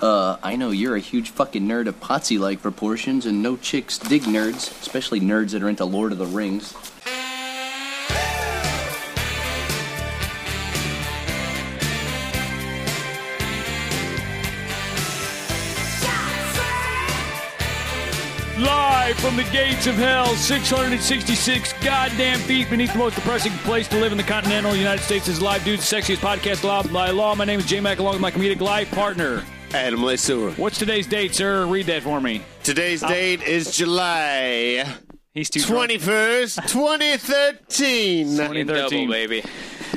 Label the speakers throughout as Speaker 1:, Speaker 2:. Speaker 1: Uh, I know you're a huge fucking nerd of potsy like proportions, and no chicks dig nerds, especially nerds that are into Lord of the Rings.
Speaker 2: Live from the gates of hell, 666 goddamn feet beneath the most depressing place to live in the continental United States is Live Dudes, the sexiest podcast allowed by law. My name is J Mac, along with my comedic live partner.
Speaker 3: Adam Lesueur.
Speaker 2: What's today's date, sir? Read that for me.
Speaker 3: Today's date is July
Speaker 2: He's too drunk.
Speaker 3: 21st, 2013.
Speaker 2: 2013.
Speaker 4: baby.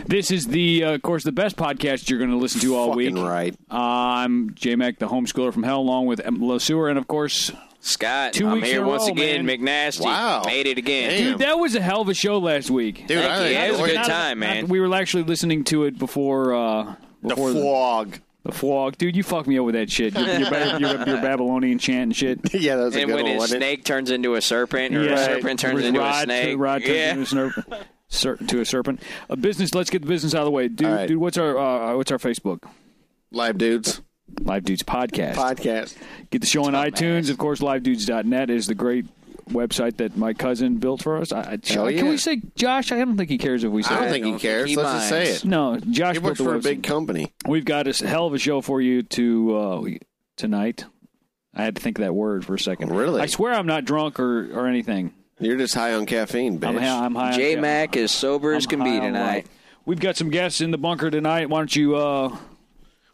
Speaker 2: This is the, uh, of course, the best podcast you're going to listen to all week.
Speaker 3: Fucking Oh, right.
Speaker 2: I'm J Mac, the homeschooler from hell, along with Lasur, and of course,
Speaker 4: Scott,
Speaker 2: Two
Speaker 4: I'm
Speaker 2: weeks in
Speaker 4: here
Speaker 2: a
Speaker 4: once
Speaker 2: row,
Speaker 4: again.
Speaker 2: man.
Speaker 4: McNasty.
Speaker 3: Wow.
Speaker 4: Made it again.
Speaker 3: Damn.
Speaker 2: dude, that was a hell of a show last week.
Speaker 3: Dude,
Speaker 4: Thank
Speaker 3: I
Speaker 4: you. It was a
Speaker 3: enjoyed
Speaker 4: good time, man.
Speaker 2: we were actually listening to it before. Uh,
Speaker 3: The
Speaker 2: before
Speaker 3: flog.
Speaker 2: The flog, dude, you fuck me over with that shit. Your, your, Ba- your, your Babylonian chant and shit.
Speaker 3: Yeah, that was a
Speaker 4: and
Speaker 3: good
Speaker 4: when
Speaker 3: one.
Speaker 4: his
Speaker 3: wasn't it?
Speaker 4: snake turns into a serpent, or a
Speaker 2: Right.
Speaker 4: serpent turns
Speaker 2: With
Speaker 4: into
Speaker 2: rod
Speaker 4: a
Speaker 2: to-
Speaker 4: snake.
Speaker 2: rod turns
Speaker 4: yeah.
Speaker 2: into a serpent. Ser- to a serpent. A business. Let's get the business out of the way, dude.
Speaker 3: All right.
Speaker 2: Dude, what's our uh, what's our Facebook?
Speaker 3: Live Dudes
Speaker 2: Live Dudes Podcast.
Speaker 3: podcast.
Speaker 2: Get the show on iTunes. Of course, livedudes.net is the great website that my cousin built for us. I, I,
Speaker 3: Hell
Speaker 2: Can
Speaker 3: yeah.
Speaker 2: we say Josh? I don't think he cares if we say
Speaker 3: I don't
Speaker 2: it.
Speaker 3: think he
Speaker 4: don't
Speaker 3: cares.
Speaker 4: think he
Speaker 3: Let's just say
Speaker 4: minds.
Speaker 3: it.
Speaker 2: No, Josh
Speaker 3: He
Speaker 2: built
Speaker 3: works
Speaker 2: the
Speaker 3: for a
Speaker 2: website.
Speaker 3: big company.
Speaker 2: We've got a hell of a show for you to uh, tonight. I had to think of that word for a second.
Speaker 3: Really?
Speaker 2: I swear I'm not drunk or, or anything.
Speaker 3: You're just high on caffeine, bitch.
Speaker 2: I'm, hi- I'm high. on-
Speaker 4: J Mac is sober as
Speaker 2: I'm
Speaker 4: can be
Speaker 2: high on
Speaker 4: tonight.
Speaker 2: life. We've got some guests in the bunker tonight. Why don't you, uh,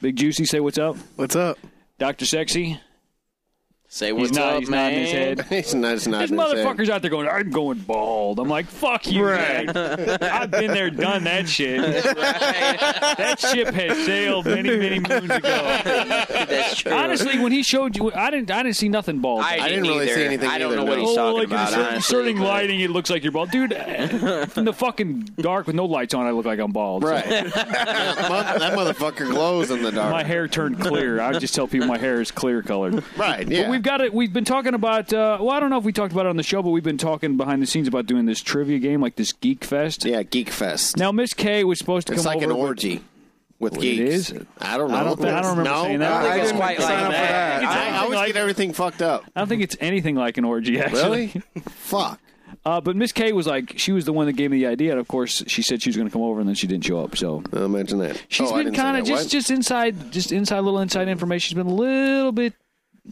Speaker 2: Big Juicy, say what's up?
Speaker 3: What's up?
Speaker 2: Doctor Sexy.
Speaker 4: Say
Speaker 2: He's
Speaker 4: what's
Speaker 2: not.
Speaker 4: up,
Speaker 2: he's
Speaker 4: man.
Speaker 2: nodding his head.
Speaker 3: He's not, it's not
Speaker 2: There's
Speaker 3: in his head.
Speaker 2: motherfuckers out there going, I'm going bald. I'm like, fuck you, man. I've been there, done that shit. that ship has sailed many, many moons ago.
Speaker 4: That's true.
Speaker 2: Honestly, when he showed you, I didn't, I didn't see nothing bald.
Speaker 3: I didn't really
Speaker 4: either.
Speaker 3: see anything
Speaker 4: I don't
Speaker 3: either,
Speaker 4: know what
Speaker 3: no.
Speaker 4: he's
Speaker 2: Oh, like
Speaker 4: talking about.
Speaker 2: in certain,
Speaker 4: honestly,
Speaker 2: certain
Speaker 4: but-
Speaker 2: lighting, it looks like you're bald, dude. in the fucking dark with no lights on, I look like I'm bald.
Speaker 3: Right. that motherfucker glows in the dark.
Speaker 2: My hair turned clear. I just tell people my hair is clear colored.
Speaker 3: Right, yeah.
Speaker 2: But we've got it. We've been talking about. Uh, well, I don't know if we talked about it on the show, but we've been talking behind the scenes about doing this trivia game, like this Geek Fest.
Speaker 3: yeah, Geek Fest.
Speaker 2: Now, Miss K was supposed to
Speaker 3: it's
Speaker 2: come
Speaker 3: like an
Speaker 2: over. with-
Speaker 3: orgy with
Speaker 2: it
Speaker 3: geeks.
Speaker 2: is?
Speaker 3: I don't know.
Speaker 2: I don't think- I don't remember
Speaker 3: no,
Speaker 2: saying that. I
Speaker 4: I think it's quite like
Speaker 3: sign up for
Speaker 4: that.
Speaker 3: that. I, I always
Speaker 2: Like-
Speaker 3: get everything fucked up.
Speaker 2: I don't think it's anything like an orgy, actually.
Speaker 3: Fuck.
Speaker 2: Uh, but Miss K was like, she was the one that gave me the idea, and of course, she said she was going to come over, and then she didn't show up. So
Speaker 3: Well, imagine that.
Speaker 2: She's
Speaker 3: Oh, I
Speaker 2: been
Speaker 3: didn't say
Speaker 2: kind of
Speaker 3: that.
Speaker 2: just
Speaker 3: What?
Speaker 2: just inside, just inside little inside information. She's been a little bit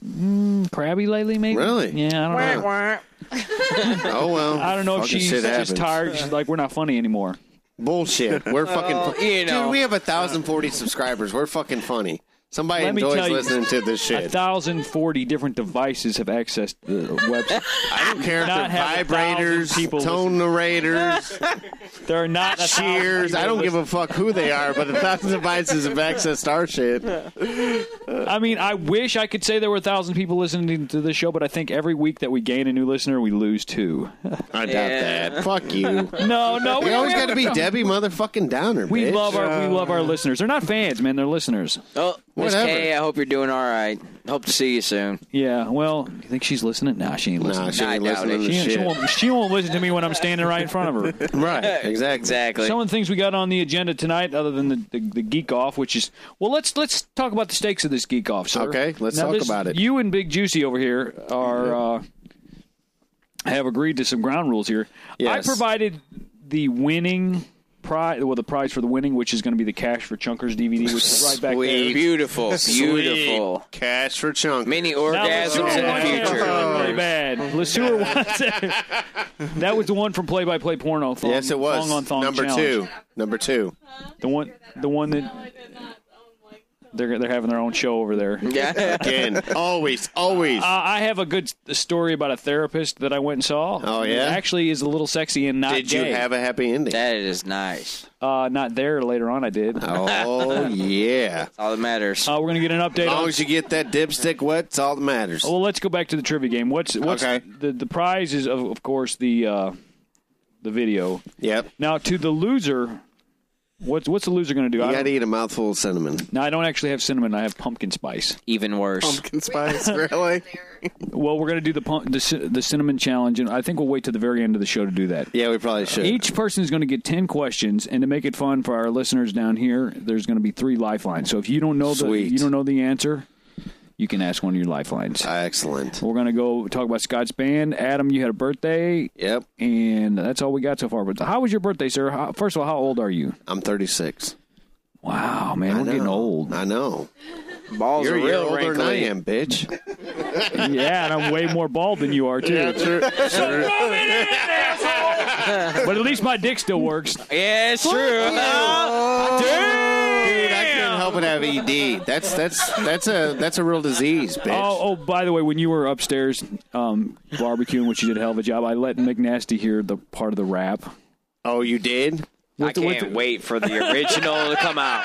Speaker 2: mm, crabby lately, maybe.
Speaker 3: Really?
Speaker 2: Yeah, I don't know.
Speaker 3: Oh well.
Speaker 2: I don't know if
Speaker 3: Fucking
Speaker 2: she's
Speaker 3: shit
Speaker 2: just
Speaker 3: happens.
Speaker 2: tired. She's like, we're not funny anymore.
Speaker 3: Bullshit. We're fucking. fu-
Speaker 4: Oh, you know.
Speaker 3: Dude, we have a thousand forty subscribers. We're fucking funny. Somebody
Speaker 2: Let me
Speaker 3: enjoys
Speaker 2: tell you,
Speaker 3: listening to this
Speaker 2: A
Speaker 3: shit.
Speaker 2: thousand forty different devices have accessed the website.
Speaker 3: I don't care if
Speaker 2: not
Speaker 3: they're
Speaker 2: have a thousand
Speaker 3: vibrators,
Speaker 2: people
Speaker 3: tone narrators,
Speaker 2: There are not a thousand
Speaker 3: cheers. I
Speaker 2: people
Speaker 3: don't give a fuck who they are, but a thousand devices have accessed our shit.
Speaker 2: listening. I mean, I wish I could say there were a thousand people listening to this show, but I think every week that we gain a new listener, we lose two.
Speaker 3: I doubt
Speaker 4: Yeah.
Speaker 3: that. Fuck you.
Speaker 2: No, no,
Speaker 3: We always got
Speaker 2: we-
Speaker 3: to be Debbie motherfucking Downer.
Speaker 2: We
Speaker 3: bitch. Uh.
Speaker 2: love our we love our listeners. They're not fans, man. They're listeners.
Speaker 4: Oh, Miss
Speaker 3: Whatever.
Speaker 4: K, I hope you're doing all right. Hope to see you soon.
Speaker 2: Yeah. Well, you think she's listening? Nah, she ain't listening.
Speaker 3: Nah, she
Speaker 4: Nah, I
Speaker 3: ain't
Speaker 4: doubt
Speaker 3: listening
Speaker 4: it.
Speaker 3: to
Speaker 2: She, she,
Speaker 3: shit.
Speaker 2: won't, she won't listen to me when I'm standing right in front of her.
Speaker 3: Right. Exactly.
Speaker 4: Exactly.
Speaker 2: Some of the things we got on the agenda tonight, other than the, the, the geek off, which is well, let's let's talk about the stakes of this geek off. Sir.
Speaker 3: Okay, let's
Speaker 2: Now,
Speaker 3: talk
Speaker 2: this-
Speaker 3: about it.
Speaker 2: You and Big Juicy over here are uh, have agreed to some ground rules here. I
Speaker 3: Yes.
Speaker 2: provided the winning prize, well, the prize for the winning, which is going to be the cash for Chunkers DVD, which is right back
Speaker 3: Sweet.
Speaker 2: there.
Speaker 4: beautiful, beautiful.
Speaker 3: Sweet. Cash for chunk.
Speaker 4: Many
Speaker 2: Now,
Speaker 4: orgasms
Speaker 2: LeSueur
Speaker 4: in the
Speaker 2: wants that
Speaker 4: future.
Speaker 2: really, really bad. LeSueur wants it. That was the one from Play by Play Porno. Thong,
Speaker 3: Yes, it was.
Speaker 2: Thong on thong
Speaker 3: Number
Speaker 2: challenge.
Speaker 3: two. Number two.
Speaker 2: The one, the one that they're they're having their own show over there. Uh,
Speaker 4: Yeah.
Speaker 3: Again. always. Always.
Speaker 2: I have a good s- story about a therapist that I went and saw.
Speaker 3: Oh, yeah?
Speaker 2: It actually is a little sexy and not
Speaker 3: Did you
Speaker 2: gay.
Speaker 3: have a happy ending?
Speaker 4: That is nice.
Speaker 2: uh, not there later on. I did. Uh,
Speaker 3: oh yeah.
Speaker 4: That's all that matters.
Speaker 2: we're gonna get an update.
Speaker 3: As long
Speaker 2: on,
Speaker 3: as you get that dipstick wet, it's all that matters.
Speaker 2: well, let's go back to the trivia game. What's what's
Speaker 3: Okay.
Speaker 2: the the prize is of, of course the uh, the video.
Speaker 3: Yep.
Speaker 2: Now to the loser, what's what's the loser gonna do?
Speaker 3: You
Speaker 2: I
Speaker 3: got to
Speaker 2: don't,
Speaker 3: eat a mouthful of cinnamon.
Speaker 2: no, I don't actually have cinnamon. I have pumpkin spice.
Speaker 4: Even worse.
Speaker 3: Spice, really?
Speaker 2: Well, we're gonna do the pump, the, cin- the cinnamon challenge, and I think we'll wait to the very end of the show to do that.
Speaker 3: Yeah, we probably should.
Speaker 2: Each person is going to get 10 questions, and to make it fun for our listeners down here, there's going to be three lifelines. So if you don't know the
Speaker 3: Sweet.
Speaker 2: you don't know the answer, you can ask one of your lifelines.
Speaker 3: Excellent.
Speaker 2: We're going to go talk about Scott's band. Adam, you had a birthday,
Speaker 3: Yep.
Speaker 2: and that's all we got so far. But how was your birthday, sir? How, first of all, how old are you?
Speaker 3: I'm 36.
Speaker 2: Wow, man, we're
Speaker 3: I know.
Speaker 2: getting old.
Speaker 3: I know.
Speaker 4: Balls
Speaker 3: You're
Speaker 4: are
Speaker 3: a year
Speaker 4: real
Speaker 3: older than I
Speaker 4: wrinkly.
Speaker 3: am, bitch.
Speaker 2: yeah, and I'm way more bald than you are, too.
Speaker 3: sure.
Speaker 2: But at least my dick still works.
Speaker 4: Yeah, it's true.
Speaker 3: Dude, I couldn't help but have ED. That's that's that's a that's a real disease, bitch.
Speaker 2: Oh, oh, by the way, when you were upstairs um, barbecuing, which you did a hell of a job, I let McNasty hear the part of the rap.
Speaker 3: Oh, you did?
Speaker 4: I can't wait for the original to come out.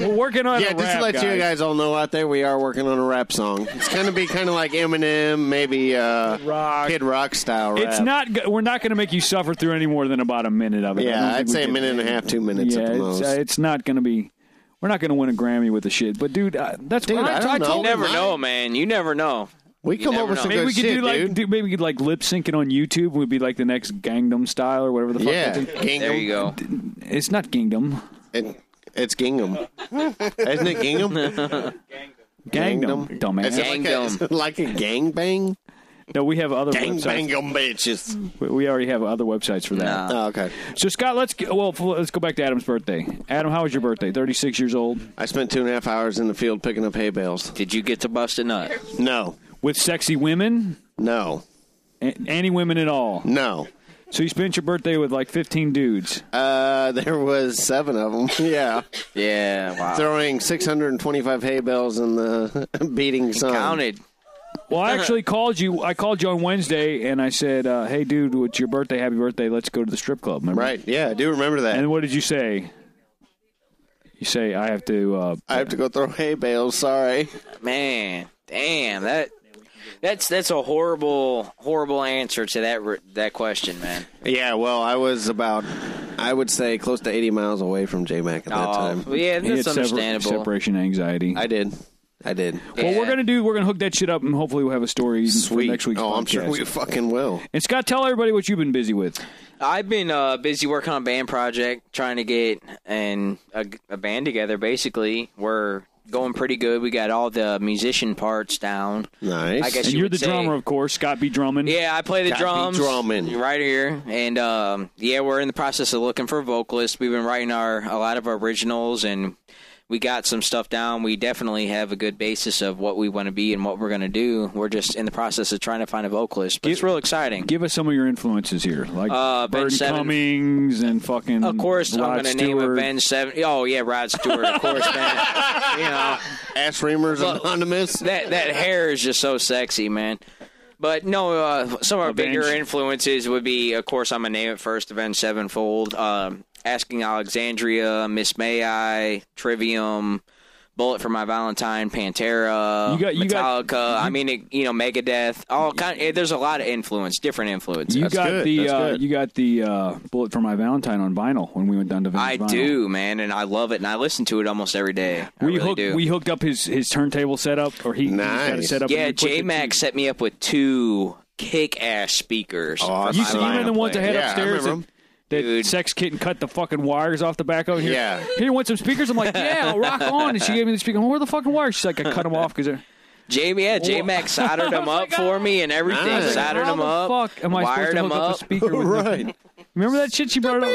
Speaker 2: We're working on
Speaker 3: Yeah,
Speaker 2: a
Speaker 3: just
Speaker 2: rap,
Speaker 3: to let you
Speaker 2: guys.
Speaker 3: guys all know out there, we are working on a rap song. It's gonna be kind of like Eminem, maybe uh,
Speaker 2: Rock.
Speaker 3: Kid Rock style. Rap.
Speaker 2: It's not. go- We're not going to make you suffer through any more than about a minute of it. I don't
Speaker 3: Yeah,
Speaker 2: think
Speaker 3: I'd
Speaker 2: we
Speaker 3: say a
Speaker 2: did.
Speaker 3: minute and a half, two minutes
Speaker 2: Yeah,
Speaker 3: at the
Speaker 2: it's,
Speaker 3: most.
Speaker 2: uh, it's not going to be. We're not going to win a Grammy with the shit. But dude, uh, that's
Speaker 3: Dude,
Speaker 2: what I,
Speaker 3: I don't
Speaker 2: I
Speaker 3: know.
Speaker 2: told
Speaker 4: You never
Speaker 3: my.
Speaker 4: know, man. You never know.
Speaker 3: we come
Speaker 4: never
Speaker 3: up with
Speaker 4: know.
Speaker 3: some
Speaker 2: Maybe
Speaker 3: good
Speaker 2: we could
Speaker 3: shit,
Speaker 2: do like
Speaker 3: dude.
Speaker 2: do- maybe we could like lip syncing on YouTube. We'd be like the next Gangnam Style or whatever the fuck.
Speaker 3: yeah,
Speaker 2: that thing-
Speaker 3: Gingham.
Speaker 4: There you go.
Speaker 2: it's not Gangnam.
Speaker 3: It- it's Gingham, isn't it? Gingham,
Speaker 2: Gangnam, dumbass.
Speaker 3: Is it
Speaker 4: Gangnam.
Speaker 3: Like a, like a gangbang,
Speaker 2: no, we have other websites.
Speaker 3: gangbangum bitches.
Speaker 2: We- We already have other websites for that.
Speaker 4: Nah.
Speaker 3: Oh, okay,
Speaker 2: So Scott, let's get, well f- let's go back to Adam's birthday. Adam, how was your birthday? Thirty six years old
Speaker 3: I spent two and a half hours in the field picking up hay bales.
Speaker 4: Did you get to bust a nut?
Speaker 3: No,
Speaker 2: with sexy women,
Speaker 3: no,
Speaker 2: A- any women at all.
Speaker 3: no.
Speaker 2: So you spent your birthday with like 15 dudes.
Speaker 3: Uh, there was seven of them. Yeah,
Speaker 4: Yeah, wow.
Speaker 3: throwing 625 hay bales in the beating sun.
Speaker 4: Counted.
Speaker 2: Well, I actually called you. I called you on Wednesday and I said, uh, "Hey, dude, it's your birthday. Happy birthday. Let's go to the strip club." Remember?
Speaker 3: Right? Yeah, I do remember that.
Speaker 2: And what did you say? You say I have to. Uh,
Speaker 3: I have to go throw hay bales. Sorry.
Speaker 4: Man, damn that. That's that's a horrible horrible answer to that re- that question, man.
Speaker 3: Yeah, well, I was about, I would say, close to 80 miles away from J Mac at that
Speaker 4: Oh,
Speaker 3: time.
Speaker 4: yeah,
Speaker 2: he had
Speaker 4: that's
Speaker 2: separ-
Speaker 4: understandable.
Speaker 2: separation anxiety.
Speaker 3: I did. I did.
Speaker 2: Well, we're
Speaker 4: Yeah.
Speaker 2: gonna do. We're gonna hook that shit up, and hopefully, we'll have a story
Speaker 3: Sweet.
Speaker 2: for next week's
Speaker 3: oh, I'm sure
Speaker 2: podcast.
Speaker 3: we fucking will.
Speaker 2: and Scott, tell everybody what you've been busy with.
Speaker 4: I've been uh, busy working on a band project, trying to get an a, a band together. Basically, we're going pretty good. We got all the musician parts down.
Speaker 3: Nice.
Speaker 4: I guess
Speaker 2: And
Speaker 4: you
Speaker 2: you're
Speaker 4: would
Speaker 2: the
Speaker 4: say-
Speaker 2: drummer, of course, Scott B. Drummond.
Speaker 4: Yeah, I play the
Speaker 3: Got me
Speaker 4: drums.
Speaker 3: drumming.
Speaker 4: right here, and um, yeah, we're in the process of looking for a vocalist. We've been writing our a lot of our originals, and we got some stuff down. We definitely have a good basis of what we want to be and what we're going to do. We're just in the process of trying to find a vocalist, but it's real exciting.
Speaker 2: Give us some of your influences here, like
Speaker 4: Uh, Ben
Speaker 2: Bird
Speaker 4: Seven.
Speaker 2: Cummings and fucking.
Speaker 4: Of course, I'm
Speaker 2: Mm. Rod
Speaker 4: going to name it
Speaker 2: Stewart.
Speaker 4: Ben Seven. Oh yeah, Rod Stewart. Of course, man. you know
Speaker 3: Ass Reamers
Speaker 4: Look.
Speaker 3: Anonymous.
Speaker 4: that that hair is just so sexy, man. But no, uh, some of our
Speaker 2: Avenged.
Speaker 4: bigger influences would be, of course, I'm gonna name it first, Avenged Sevenfold, um, Asking Alexandria, Miss May I, Trivium, Bullet for My Valentine, Pantera,
Speaker 2: You got- you got-
Speaker 4: Metallica. I mean, it, you know, Megadeth. All kind. eh, there's a lot of influence, different influences.
Speaker 2: You got
Speaker 3: good.
Speaker 2: the
Speaker 3: That's
Speaker 2: uh,
Speaker 3: good.
Speaker 2: you got the uh, bullet for my Valentine on vinyl when we went down to Vintage
Speaker 4: I
Speaker 2: Vinyl.
Speaker 4: do, man, and I love it, and I listen to it almost every day. I
Speaker 2: We
Speaker 4: really
Speaker 2: hooked
Speaker 4: do.
Speaker 2: we hooked up his his turntable setup or he, he's got it
Speaker 3: Nice.
Speaker 2: set up. and
Speaker 4: yeah,
Speaker 2: we put the-
Speaker 4: J Mac set me up with two kick ass speakers.
Speaker 3: Awesome.
Speaker 4: for
Speaker 2: You
Speaker 4: my
Speaker 2: see, you remember the
Speaker 4: vinyl
Speaker 2: ones that
Speaker 4: player.
Speaker 2: had
Speaker 3: Yeah, I
Speaker 2: upstairs
Speaker 3: remember
Speaker 2: that, that
Speaker 4: Dude.
Speaker 2: sex kitten cut the fucking wires off the back of here.
Speaker 3: Yeah.
Speaker 2: Here you want some speakers? I'm like, yeah, I'll rock on. And she gave me the speaker. Where are the fucking wires? She's like, I cut them off because they're.
Speaker 4: J yeah, J Mac soldered them up for me and everything.
Speaker 3: Nice. I was like,
Speaker 4: Soldered
Speaker 2: How
Speaker 4: them
Speaker 2: the
Speaker 4: up,
Speaker 2: Fuck, am I supposed
Speaker 4: wired
Speaker 2: to hook
Speaker 4: them
Speaker 2: up,
Speaker 4: up.
Speaker 2: a speaker? With
Speaker 3: Right.
Speaker 2: Remember that shit she brought up?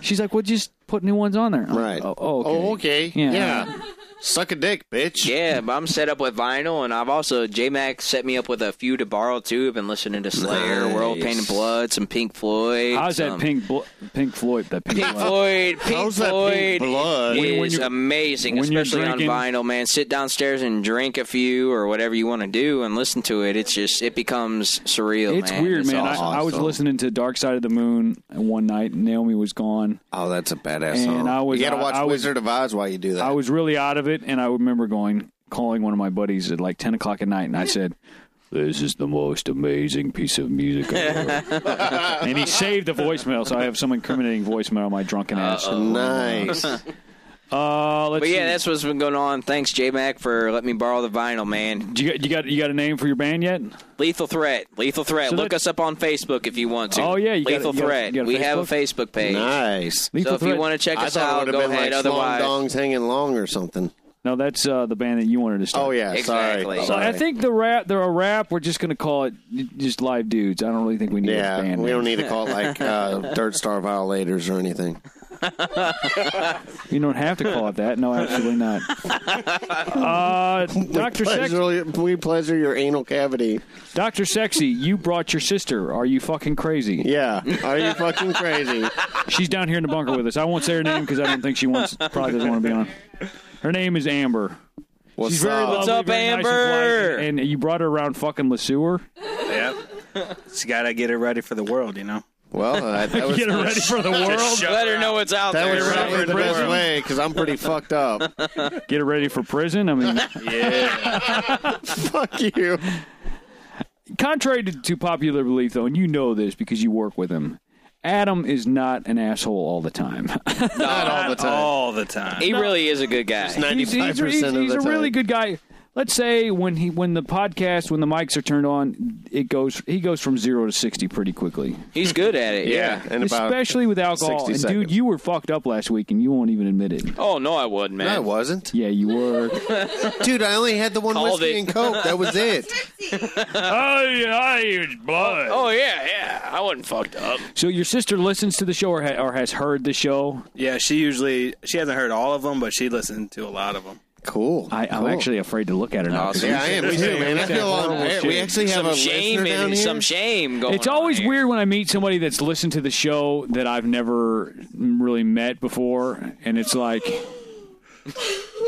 Speaker 2: She's like, "Well, just put new ones on there." I'm like,
Speaker 3: Right.
Speaker 2: Oh, oh, okay.
Speaker 3: Oh, okay.
Speaker 2: Yeah.
Speaker 3: Yeah. Suck a dick, bitch.
Speaker 4: Yeah, but I'm set up with vinyl, and I've also J Mac set me up with a few to borrow too. I've been listening to Slayer,
Speaker 3: Nice.
Speaker 4: World Pain and Blood, some Pink Floyd.
Speaker 2: How's that
Speaker 4: some-
Speaker 2: Pink Blo- Pink Floyd? That Pink,
Speaker 4: Pink
Speaker 2: Floyd.
Speaker 4: Floyd, Pink
Speaker 3: How's that
Speaker 4: Floyd
Speaker 3: pink blood?
Speaker 4: is
Speaker 2: When- when you're-
Speaker 4: amazing,
Speaker 2: when you're
Speaker 4: especially on
Speaker 2: drinking-
Speaker 4: vinyl. Man, sit downstairs and drink a few or whatever you want to do and listen to it. It's just it becomes surreal.
Speaker 2: It's weird, man.
Speaker 4: awesome.
Speaker 2: I, I was
Speaker 3: awesome.
Speaker 2: listening to Dark Side of the Moon one night. and Naomi was gone.
Speaker 3: Oh, that's a badass
Speaker 2: And
Speaker 3: song.
Speaker 2: I was-
Speaker 3: you got to watch
Speaker 2: I- I was-
Speaker 3: Wizard of Oz while you do that.
Speaker 2: I was really out of it, and I remember going calling one of my buddies at like ten o'clock at night, and I said. This is the most amazing piece of music I've ever. heard." and he saved the voicemail, so I have some incriminating voicemail on my drunken ass.
Speaker 3: nice.
Speaker 2: Uh, let's
Speaker 4: But yeah,
Speaker 2: see.
Speaker 4: that's what's been going on. Thanks, J Mac, for letting me borrow the vinyl, man.
Speaker 2: Do you, got- you got you got a name for your band yet?
Speaker 4: Lethal Threat, Lethal Threat.
Speaker 2: So
Speaker 4: Look
Speaker 2: that-
Speaker 4: us up on Facebook if you want to.
Speaker 2: Oh, yeah, you got a-
Speaker 4: Lethal
Speaker 2: you got a-
Speaker 4: Threat.
Speaker 2: you got a
Speaker 4: we have a
Speaker 2: Facebook?
Speaker 4: Facebook page.
Speaker 3: nice.
Speaker 4: So
Speaker 2: Lethal
Speaker 4: if you
Speaker 2: Threat.
Speaker 4: want to check
Speaker 3: I
Speaker 4: us
Speaker 3: thought it
Speaker 4: out,
Speaker 3: would
Speaker 4: go
Speaker 3: have been
Speaker 4: ahead.
Speaker 3: like Slong
Speaker 4: Otherwise,
Speaker 3: Dongs Hanging Long or something.
Speaker 2: No, that's uh, the band that you wanted to start.
Speaker 3: Oh yeah,
Speaker 4: Exactly.
Speaker 3: sorry.
Speaker 2: So
Speaker 3: sorry.
Speaker 2: I think the rap, they're a rap. We're just going to call it just live dudes. I don't really think we need a
Speaker 3: yeah,
Speaker 2: band.
Speaker 3: we
Speaker 2: name.
Speaker 3: don't need to call it like uh, Dirt Star Violators or anything.
Speaker 2: You don't have to call it that. No, absolutely not. Uh, Doctor Sex,
Speaker 3: Pleasure, we pleasure your anal cavity.
Speaker 2: Doctor Sexy, you brought your sister. Are you fucking crazy?
Speaker 3: Yeah, are you fucking crazy?
Speaker 2: She's down here in the bunker with us. I won't say her name because I don't think she wants. Probably doesn't want to be on. Her name is Amber.
Speaker 3: What's
Speaker 2: She's very
Speaker 3: up?
Speaker 2: lovely,
Speaker 4: up,
Speaker 2: very nice and
Speaker 4: Amber?
Speaker 2: polite, and, and you brought her around fucking Lesueur.
Speaker 5: Yep. Just gotta get it ready for the world, you know.
Speaker 3: Well, uh, that was
Speaker 2: Get her ready for the world.
Speaker 4: Let her know it's out
Speaker 3: that
Speaker 4: there.
Speaker 3: was
Speaker 4: Right?
Speaker 3: probably the best
Speaker 2: Prison.
Speaker 3: way because I'm pretty fucked up.
Speaker 2: Get her ready for prison. I mean,
Speaker 3: Fuck you.
Speaker 2: contrary to, to popular belief, though, and you know this because you work with him, Adam is not an asshole all the time.
Speaker 3: Not all the time.
Speaker 5: All the time.
Speaker 4: He really is a good guy.
Speaker 2: he's,
Speaker 3: Ninety-five
Speaker 2: he's, he's,
Speaker 3: percent of
Speaker 2: he's
Speaker 3: the
Speaker 2: a
Speaker 3: time.
Speaker 2: really good guy. Let's say when he when the podcast when the mics are turned on, it goes he goes from zero to sixty pretty quickly,
Speaker 4: He's good at it.
Speaker 3: Yeah,
Speaker 4: Yeah.
Speaker 3: and about
Speaker 2: especially with alcohol.
Speaker 3: 60
Speaker 2: And dude,
Speaker 3: seconds.
Speaker 2: you were fucked up last week, and you won't even admit it.
Speaker 4: Oh no, I wouldn't,
Speaker 3: No, I
Speaker 4: man.
Speaker 3: wasn't,
Speaker 2: Yeah, you were.
Speaker 3: dude. I only had the one
Speaker 4: Called
Speaker 3: whiskey
Speaker 4: it.
Speaker 3: and coke. That was it.
Speaker 2: oh yeah, huge blood.
Speaker 4: oh yeah, yeah. I wasn't fucked up.
Speaker 2: So your sister listens to the show or, ha- or has heard the show.
Speaker 5: Yeah, she usually she hasn't heard all of them, but she listened to a lot of them.
Speaker 3: Cool.
Speaker 2: I, I'm
Speaker 3: Cool.
Speaker 2: actually afraid to look at her now. 'cause
Speaker 4: Awesome.
Speaker 3: Yeah, I am too, man. I feel a lot of We actually have
Speaker 4: Some
Speaker 3: a
Speaker 4: shame
Speaker 3: listener down
Speaker 4: and
Speaker 3: here.
Speaker 4: some shame going.
Speaker 2: It's always
Speaker 4: on here.
Speaker 2: weird when I meet somebody that's listened to the show that I've never really met before, and it's like,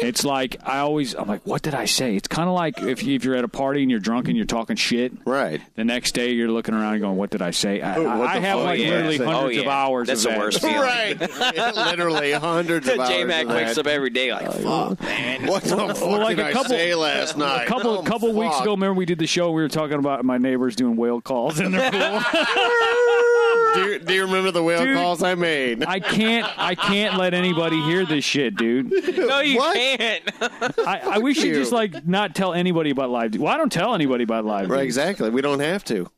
Speaker 2: it's like I always I'm like, what did I say? It's kind of like if you, if you're at a party and you're drunk and you're talking shit.
Speaker 3: Right.
Speaker 2: The next day you're looking around and going, what did I say? I,
Speaker 3: Oh, what
Speaker 2: I
Speaker 3: the
Speaker 2: have
Speaker 3: fuck
Speaker 2: like
Speaker 3: did I
Speaker 2: literally
Speaker 3: say?
Speaker 2: hundreds
Speaker 4: Oh, yeah.
Speaker 2: of hours. of
Speaker 4: That's the
Speaker 2: that.
Speaker 4: worst feeling.
Speaker 3: Right. Literally hundreds of hours.
Speaker 4: J Mac
Speaker 3: of
Speaker 4: wakes
Speaker 3: that. Oh,
Speaker 4: up every day like fuck, man.
Speaker 3: What the fuck
Speaker 2: like
Speaker 3: did
Speaker 2: a
Speaker 3: I
Speaker 2: couple-
Speaker 3: say last night?
Speaker 2: A couple
Speaker 3: Oh,
Speaker 2: couple weeks
Speaker 3: fuck.
Speaker 2: ago, remember we did the show. We were talking about my neighbors doing whale calls in their pool.
Speaker 3: Do you, do you remember the whale
Speaker 2: Dude.
Speaker 3: calls I made?
Speaker 2: I can't I can't let anybody hear this shit, dude.
Speaker 4: No, you
Speaker 3: What?
Speaker 4: can't.
Speaker 2: I, I we should
Speaker 3: you.
Speaker 2: just like not tell anybody about live. Well, I don't tell anybody about live.
Speaker 3: Right, exactly. We don't have to.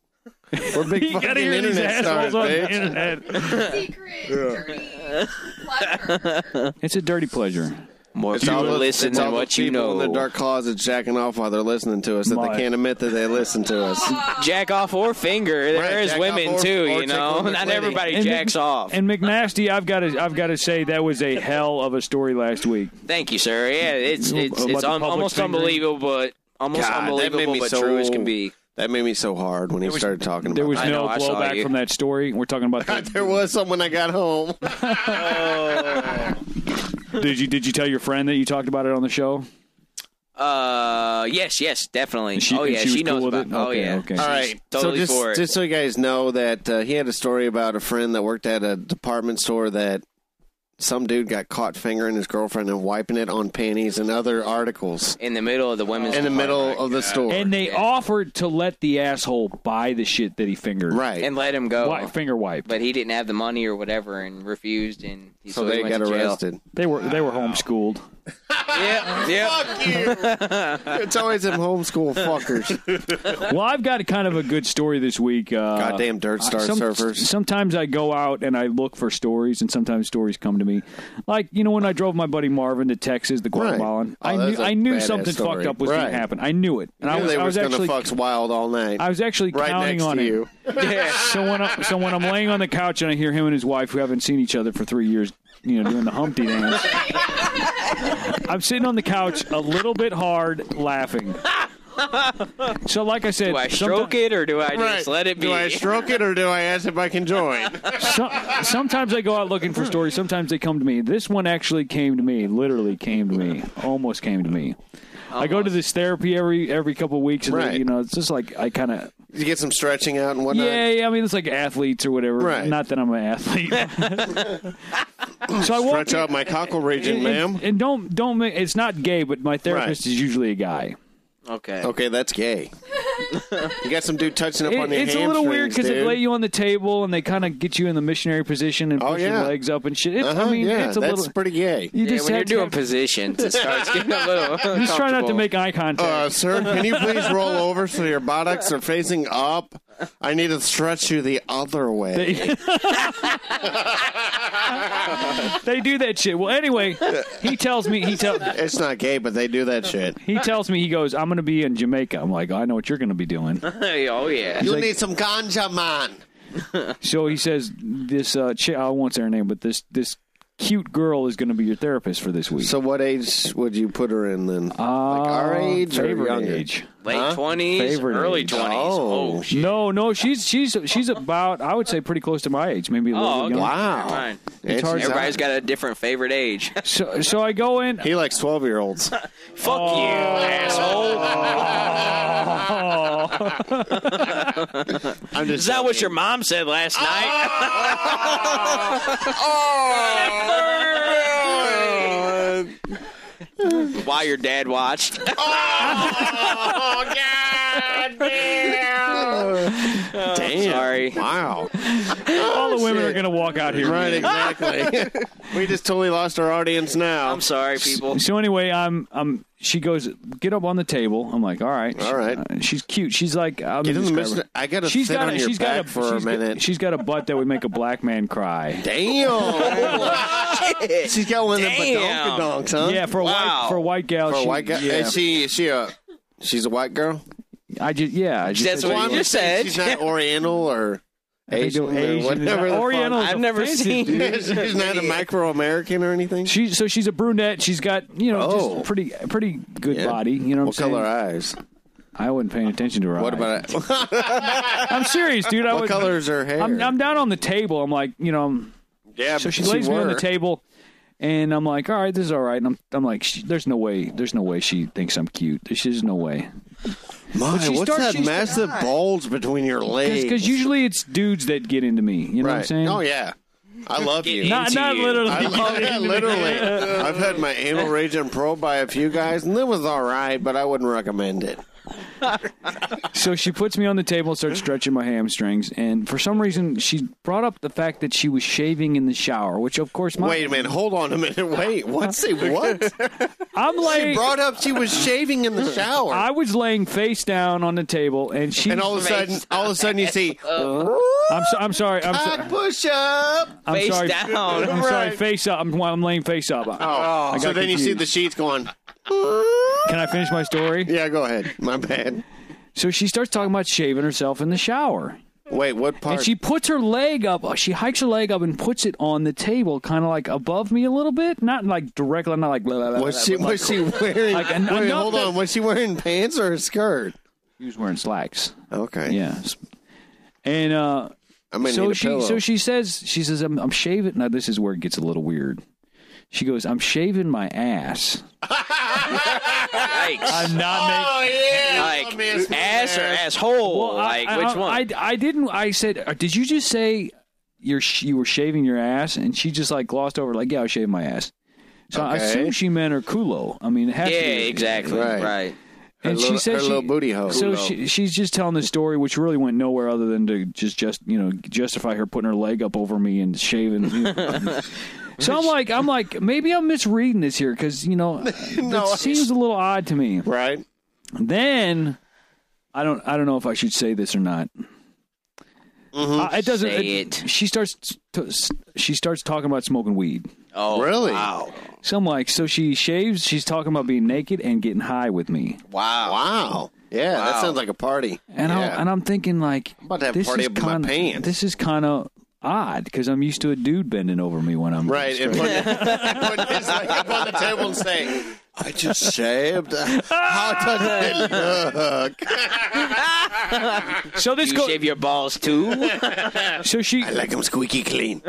Speaker 3: We're big
Speaker 2: You
Speaker 3: fucking
Speaker 2: gotta hear these
Speaker 3: internet
Speaker 2: assholes
Speaker 3: stars,
Speaker 2: on the
Speaker 3: bitch.
Speaker 2: internet.
Speaker 6: secret, dirty pleasure.
Speaker 2: It's a dirty pleasure.
Speaker 4: More
Speaker 3: It's all
Speaker 4: people
Speaker 3: those-
Speaker 4: listen
Speaker 3: it's all
Speaker 4: than
Speaker 3: those
Speaker 4: what you
Speaker 3: people
Speaker 4: know.
Speaker 3: in their dark closets jacking off while they're listening to us that
Speaker 2: My-
Speaker 3: they can't admit that they listen to us.
Speaker 4: Jack off or finger. There
Speaker 3: Right,
Speaker 4: is
Speaker 3: jack
Speaker 4: women
Speaker 3: off or-
Speaker 4: too,
Speaker 3: or
Speaker 4: you
Speaker 3: tickle
Speaker 4: know.
Speaker 3: the
Speaker 4: Not
Speaker 3: clitty.
Speaker 4: everybody
Speaker 2: And
Speaker 4: jacks
Speaker 2: Mc-
Speaker 4: off.
Speaker 2: And McNasty, I've got to I've got to say that was a hell of a story last week.
Speaker 4: Thank you, sir. Yeah, it's
Speaker 2: About
Speaker 4: it's
Speaker 2: the
Speaker 4: it's un-
Speaker 2: public
Speaker 4: almost
Speaker 2: fingering.
Speaker 4: unbelievable, but almost
Speaker 3: God, that made
Speaker 4: unbelievable,
Speaker 3: me
Speaker 4: but
Speaker 3: so-
Speaker 4: true as can be.
Speaker 3: That made me so hard when he started talking
Speaker 2: There
Speaker 3: about
Speaker 2: was
Speaker 4: I
Speaker 2: no
Speaker 4: know, I saw
Speaker 2: blowback
Speaker 4: you.
Speaker 2: from that story. We're talking about.
Speaker 3: that.
Speaker 2: The,
Speaker 3: There was some when I got home.
Speaker 2: did you did you tell your friend that you talked about it on the show?
Speaker 4: Uh, yes, yes, definitely.
Speaker 2: And she-
Speaker 4: oh
Speaker 2: and
Speaker 4: yeah,
Speaker 2: she was
Speaker 4: knows
Speaker 2: cool with
Speaker 4: about.
Speaker 2: it?
Speaker 4: Oh
Speaker 2: Okay,
Speaker 4: yeah.
Speaker 2: okay.
Speaker 3: All right.
Speaker 4: totally
Speaker 3: so just,
Speaker 4: for it.
Speaker 3: just so you guys know that uh, he had a story about a friend that worked at a department store that some dude got caught fingering his girlfriend and wiping it on panties and other articles
Speaker 4: In the middle of the women's
Speaker 3: in the
Speaker 4: department.
Speaker 3: middle of the store.
Speaker 2: And they offered to let the asshole buy the shit that he fingered.
Speaker 3: right.
Speaker 4: and let him go.
Speaker 2: Wi- finger wiped.
Speaker 4: But he didn't have the money or whatever, and refused, and he,
Speaker 3: so
Speaker 4: he
Speaker 3: they
Speaker 4: went
Speaker 3: got
Speaker 4: to jail.
Speaker 3: arrested.
Speaker 2: They were they were homeschooled.
Speaker 4: Yeah, yeah.
Speaker 3: Fuck you. it's always them homeschool fuckers.
Speaker 2: Well, I've got kind of a good story this week. Uh,
Speaker 3: Goddamn dirt star
Speaker 2: Some-
Speaker 3: surfers.
Speaker 2: Sometimes I go out and I look for stories, and sometimes stories come to me. Like you know, when I drove my buddy Marvin to Texas, the
Speaker 3: Right.
Speaker 2: Guatemalan,
Speaker 3: Oh,
Speaker 2: I
Speaker 3: that
Speaker 2: knew
Speaker 3: was a
Speaker 2: I knew
Speaker 3: badass
Speaker 2: something
Speaker 3: story.
Speaker 2: fucked up was going
Speaker 3: Right.
Speaker 2: to happen. I knew it, and I
Speaker 3: Knew
Speaker 2: was
Speaker 3: they
Speaker 2: I
Speaker 3: was
Speaker 2: was
Speaker 3: gonna
Speaker 2: actually
Speaker 3: fucks wild all night.
Speaker 2: I was actually
Speaker 3: right
Speaker 2: counting
Speaker 3: next
Speaker 2: on
Speaker 3: to
Speaker 2: it.
Speaker 3: you.
Speaker 2: So when I, so when I'm laying on the couch and I hear him and his wife, who haven't seen each other for three years, you know, doing the Humpty dance, I'm sitting on the couch a little bit hard, laughing. So, like I said,
Speaker 4: Do
Speaker 2: sometime-
Speaker 4: I stroke it or do I just let it be?
Speaker 3: Do I stroke it or do I ask if I can join?
Speaker 2: So, sometimes I go out looking for stories. Sometimes they come to me. This one actually came to me. Literally came to me. Almost came to me. I go to this therapy every every couple of weeks, and
Speaker 3: Right.
Speaker 2: you know, it's just like I kind of
Speaker 3: you get some stretching out and whatnot.
Speaker 2: yeah, yeah. I mean, it's like athletes or whatever.
Speaker 3: Right.
Speaker 2: Not that I'm an athlete. so I walk
Speaker 3: Stretch out my cockle region,
Speaker 2: and,
Speaker 3: ma'am.
Speaker 2: and don't don't make it's not gay, but my therapist
Speaker 3: Right.
Speaker 2: is usually a guy.
Speaker 4: Okay.
Speaker 3: Okay, that's gay. you got some dude touching up
Speaker 2: It-
Speaker 3: on your
Speaker 2: it's a little weird
Speaker 3: because
Speaker 2: they lay you on the table and they kind of get you in the missionary position and push
Speaker 3: Oh, yeah.
Speaker 2: your legs up and shit. It's,
Speaker 3: Uh-huh,
Speaker 2: I mean,
Speaker 3: yeah,
Speaker 2: it's a
Speaker 3: that's
Speaker 2: little.
Speaker 3: pretty gay.
Speaker 2: you
Speaker 4: Yeah,
Speaker 2: just
Speaker 4: when you're
Speaker 2: have to
Speaker 4: doing
Speaker 2: have-
Speaker 4: positions, it starts getting a little.
Speaker 2: just try not to make eye contact.
Speaker 3: Uh, sir, can you please roll over so your buttocks are facing up? I need to stretch you the other way.
Speaker 2: They, They do that shit. Well, anyway, he tells me he tells
Speaker 3: It's not gay, but they do that shit.
Speaker 2: he tells me he goes, "I'm going to be in Jamaica." I'm like, "I know what you're going to be doing."
Speaker 4: oh yeah.
Speaker 3: You
Speaker 2: like-
Speaker 3: need some ganja, man.
Speaker 2: So he says, "This uh, chi- I won't say her name, but this this cute girl is going to be your therapist for this week."
Speaker 3: So, what age would you put her in then?
Speaker 2: Uh,
Speaker 3: like our Oh, age or
Speaker 2: favorite
Speaker 3: younger?
Speaker 2: age.
Speaker 4: Late twenties,
Speaker 2: Favorite
Speaker 4: early
Speaker 2: age.
Speaker 4: twenties.
Speaker 3: Oh.
Speaker 4: Oh, shit.
Speaker 2: No, no, she's she's she's about I would say pretty close to my age, maybe a little
Speaker 4: Oh,
Speaker 2: bit
Speaker 4: okay.
Speaker 2: younger.
Speaker 3: Wow.
Speaker 4: Fine.
Speaker 3: It's
Speaker 2: hard-
Speaker 4: Everybody's got a different favorite age.
Speaker 2: So so I go in.
Speaker 3: He likes 12 year olds.
Speaker 4: Fuck
Speaker 2: Oh.
Speaker 4: you, asshole.
Speaker 2: Oh.
Speaker 3: I'm just
Speaker 4: Is that what your mom said last night?
Speaker 2: Ah.
Speaker 4: While your dad watched.
Speaker 3: Damn.
Speaker 4: Sorry.
Speaker 3: Wow.
Speaker 2: All the women
Speaker 3: shit.
Speaker 2: are going to walk out here.
Speaker 3: Right, exactly. we just totally lost our audience now.
Speaker 4: I'm sorry, people.
Speaker 2: So anyway, I'm I'm. She goes, get up on the table. I'm like, all right,
Speaker 3: All right.
Speaker 2: Uh, she's cute. She's like, I'm
Speaker 3: Get in the midst of- I gotta sit on your back for a minute.
Speaker 2: she's got a butt that would make a black man cry.
Speaker 3: Damn. She's got one of the
Speaker 4: Damn.
Speaker 3: badonkadonks, huh?
Speaker 2: Yeah, for a
Speaker 4: Wow.
Speaker 2: white for a white gal.
Speaker 3: For a
Speaker 2: she-
Speaker 3: white guy.
Speaker 2: Yeah,
Speaker 3: Is she, is she a. She's a white girl?
Speaker 2: I just yeah. I just,
Speaker 4: That's what
Speaker 3: I'm
Speaker 4: you
Speaker 3: just saying
Speaker 4: said.
Speaker 3: She's not Oriental or
Speaker 2: they
Speaker 3: Asian,
Speaker 2: do Asian.
Speaker 3: or whatever. the fuck.
Speaker 2: Oriental. is
Speaker 4: I've never
Speaker 2: offensive,
Speaker 4: seen-
Speaker 2: dude.
Speaker 3: she's not a micro American or anything.
Speaker 2: She so she's a brunette. She's got you know
Speaker 3: Oh.
Speaker 2: just pretty pretty good
Speaker 3: Yeah.
Speaker 2: body. You know what,
Speaker 3: What
Speaker 2: I'm
Speaker 3: color
Speaker 2: saying?
Speaker 3: are eyes?
Speaker 2: I wasn't paying attention to her.
Speaker 3: What
Speaker 2: eyes.
Speaker 3: about what
Speaker 2: I'm serious, dude. I was,
Speaker 3: color is her hair?
Speaker 2: I'm, I'm down on the table. I'm like, you know, I'm
Speaker 3: yeah,
Speaker 2: So she
Speaker 3: but
Speaker 2: lays me on the
Speaker 3: were.
Speaker 2: table, and I'm like, "All right, this is all right." And I'm, I'm like, she, "There's no way, there's no way she thinks I'm cute. There's just no way."
Speaker 3: My,
Speaker 2: she
Speaker 3: what's
Speaker 2: starts-
Speaker 3: that
Speaker 2: she's-
Speaker 3: massive bulge between your legs?
Speaker 2: Because usually it's dudes that get into me. You know
Speaker 3: right.
Speaker 2: what I'm saying?
Speaker 3: Oh yeah, I love you.
Speaker 2: Not
Speaker 4: Into
Speaker 2: not
Speaker 4: you.
Speaker 2: literally.
Speaker 3: I, yeah, literally, I've had my anal region probed by a few guys, and it was all right, but I wouldn't recommend it.
Speaker 2: So she puts me on the table and starts stretching my hamstrings. And for some reason, she brought up the fact that she was shaving in the shower, which of course, my,
Speaker 3: Wait a minute, hold on a minute, wait. What? Say what?
Speaker 2: I'm
Speaker 3: She
Speaker 2: like,
Speaker 3: brought up she was shaving in the shower.
Speaker 2: I was laying face down on the table, and she.
Speaker 3: and all of a sudden, all of a sudden, you see
Speaker 2: I'm, so, I'm sorry. I'm, so,
Speaker 3: back push up.
Speaker 2: I'm
Speaker 4: Face
Speaker 2: sorry.
Speaker 4: down.
Speaker 2: I'm sorry.
Speaker 3: Right.
Speaker 2: Face up. I'm, I'm laying face up.
Speaker 3: Oh,
Speaker 2: I
Speaker 3: so
Speaker 2: got
Speaker 3: then you see
Speaker 2: confused.
Speaker 3: the sheets going.
Speaker 2: Can I finish my story?
Speaker 3: Yeah, go ahead. My bad.
Speaker 2: So she starts talking about shaving herself in the shower.
Speaker 3: Wait, what part?
Speaker 2: And she puts her leg up. uh, She hikes her leg up and puts it on the table, kind of like above me a little bit. Not like directly, not like. Blah, blah, blah,
Speaker 3: was she
Speaker 2: blah, blah.
Speaker 3: was she wearing?
Speaker 2: Like, en-
Speaker 3: wait,
Speaker 2: enough
Speaker 3: hold
Speaker 2: that-
Speaker 3: on. Was she wearing pants or a skirt?
Speaker 2: She was wearing slacks.
Speaker 3: Okay.
Speaker 2: Yeah. And uh,
Speaker 3: I mean,
Speaker 2: so
Speaker 3: need a
Speaker 2: she
Speaker 3: pillow.
Speaker 2: so she says she says I'm, I'm shaving. Now this is where it gets a little weird. She goes, I'm shaving my ass.
Speaker 4: Yikes.
Speaker 2: I'm not making.
Speaker 3: Oh yeah.
Speaker 4: Like
Speaker 3: Let me ask my
Speaker 4: ass or
Speaker 3: dad.
Speaker 4: asshole? like
Speaker 2: I, uh,
Speaker 4: which
Speaker 2: I-
Speaker 4: one?
Speaker 2: I, I didn't. I said, "Uh, did you just say you're sh- you were shaving your ass? And she just like glossed over, like, yeah, I shaved my ass. So I
Speaker 3: Okay.
Speaker 2: assume she meant her culo. I mean, it has
Speaker 4: yeah,
Speaker 2: to be-
Speaker 4: exactly.
Speaker 3: Right.
Speaker 4: Right.
Speaker 2: And
Speaker 3: Her
Speaker 2: she
Speaker 3: little-
Speaker 2: said
Speaker 3: her
Speaker 2: she,
Speaker 3: little booty hole.
Speaker 2: So
Speaker 3: Culo.
Speaker 2: she, she's just telling the story, which really went nowhere other than to just just you know justify her putting her leg up over me and shaving. so I'm like, I'm like, maybe I'm misreading this here because you know
Speaker 3: No,
Speaker 2: it seems a little odd to me.
Speaker 3: Right.
Speaker 2: Then I don't I don't know if I should say this or not.
Speaker 3: Mm-hmm.
Speaker 2: Uh, it doesn't.
Speaker 4: Say it.
Speaker 2: She starts t- s- she starts talking about smoking weed.
Speaker 4: Oh,
Speaker 3: Really?
Speaker 4: Wow.
Speaker 2: So I'm like, so she shaves. She's talking about being naked and getting high with me,
Speaker 4: Wow.
Speaker 3: Wow. Yeah, that sounds like a party.
Speaker 2: and
Speaker 3: Yeah.
Speaker 2: I'm and I'm thinking like,
Speaker 3: about to have a
Speaker 2: this
Speaker 3: party
Speaker 2: is
Speaker 3: up in my
Speaker 2: kinda-
Speaker 3: pants.
Speaker 2: This is kind of odd because I'm used to a dude bending over me when I'm
Speaker 3: Right, and put, put his leg up on the table and say, "I just shaved. How does it look?
Speaker 2: So this
Speaker 4: You
Speaker 2: goes.
Speaker 4: shave your balls too?
Speaker 2: So she
Speaker 3: I like them squeaky clean."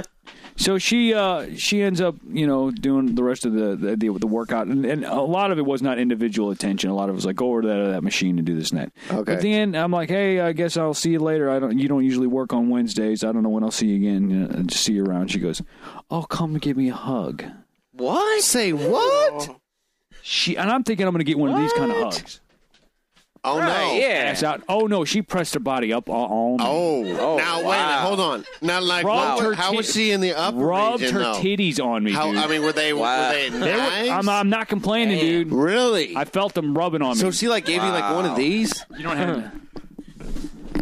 Speaker 2: So she uh, she ends up you know doing the rest of the the, the, the workout, and, and a lot of it was not individual attention. A lot of it was like go over to that, that machine and do this and that.
Speaker 3: Okay.
Speaker 2: At the end, I'm like, hey, I guess I'll see you later. I don't you don't usually work on Wednesdays. I don't know when I'll see you again. You know, and just see you around. She goes, oh, come give me a hug.
Speaker 4: what?
Speaker 3: Say
Speaker 4: Oh,
Speaker 3: what?
Speaker 2: She and I'm thinking I'm gonna get one of these kind of hugs.
Speaker 3: Oh no!
Speaker 4: Yeah.
Speaker 2: Ass out. Oh no, she pressed her body up on.
Speaker 3: Oh, now
Speaker 4: Oh,
Speaker 3: wait, a minute,
Speaker 4: wow.
Speaker 3: hold on. Now, like,
Speaker 2: Rubbed
Speaker 3: what-
Speaker 2: her
Speaker 3: how
Speaker 2: tit-
Speaker 3: was she in the upper
Speaker 2: Rubbed
Speaker 3: region,
Speaker 2: her
Speaker 3: though?
Speaker 2: titties on me,
Speaker 3: Oh, How
Speaker 2: dude.
Speaker 3: I mean, were they?
Speaker 4: Wow.
Speaker 3: Were they
Speaker 2: They were-
Speaker 3: nice?
Speaker 2: I'm, I'm not complaining, dude.
Speaker 3: really?
Speaker 2: I felt them rubbing on me.
Speaker 3: so she like gave you like one of these?
Speaker 2: you don't have.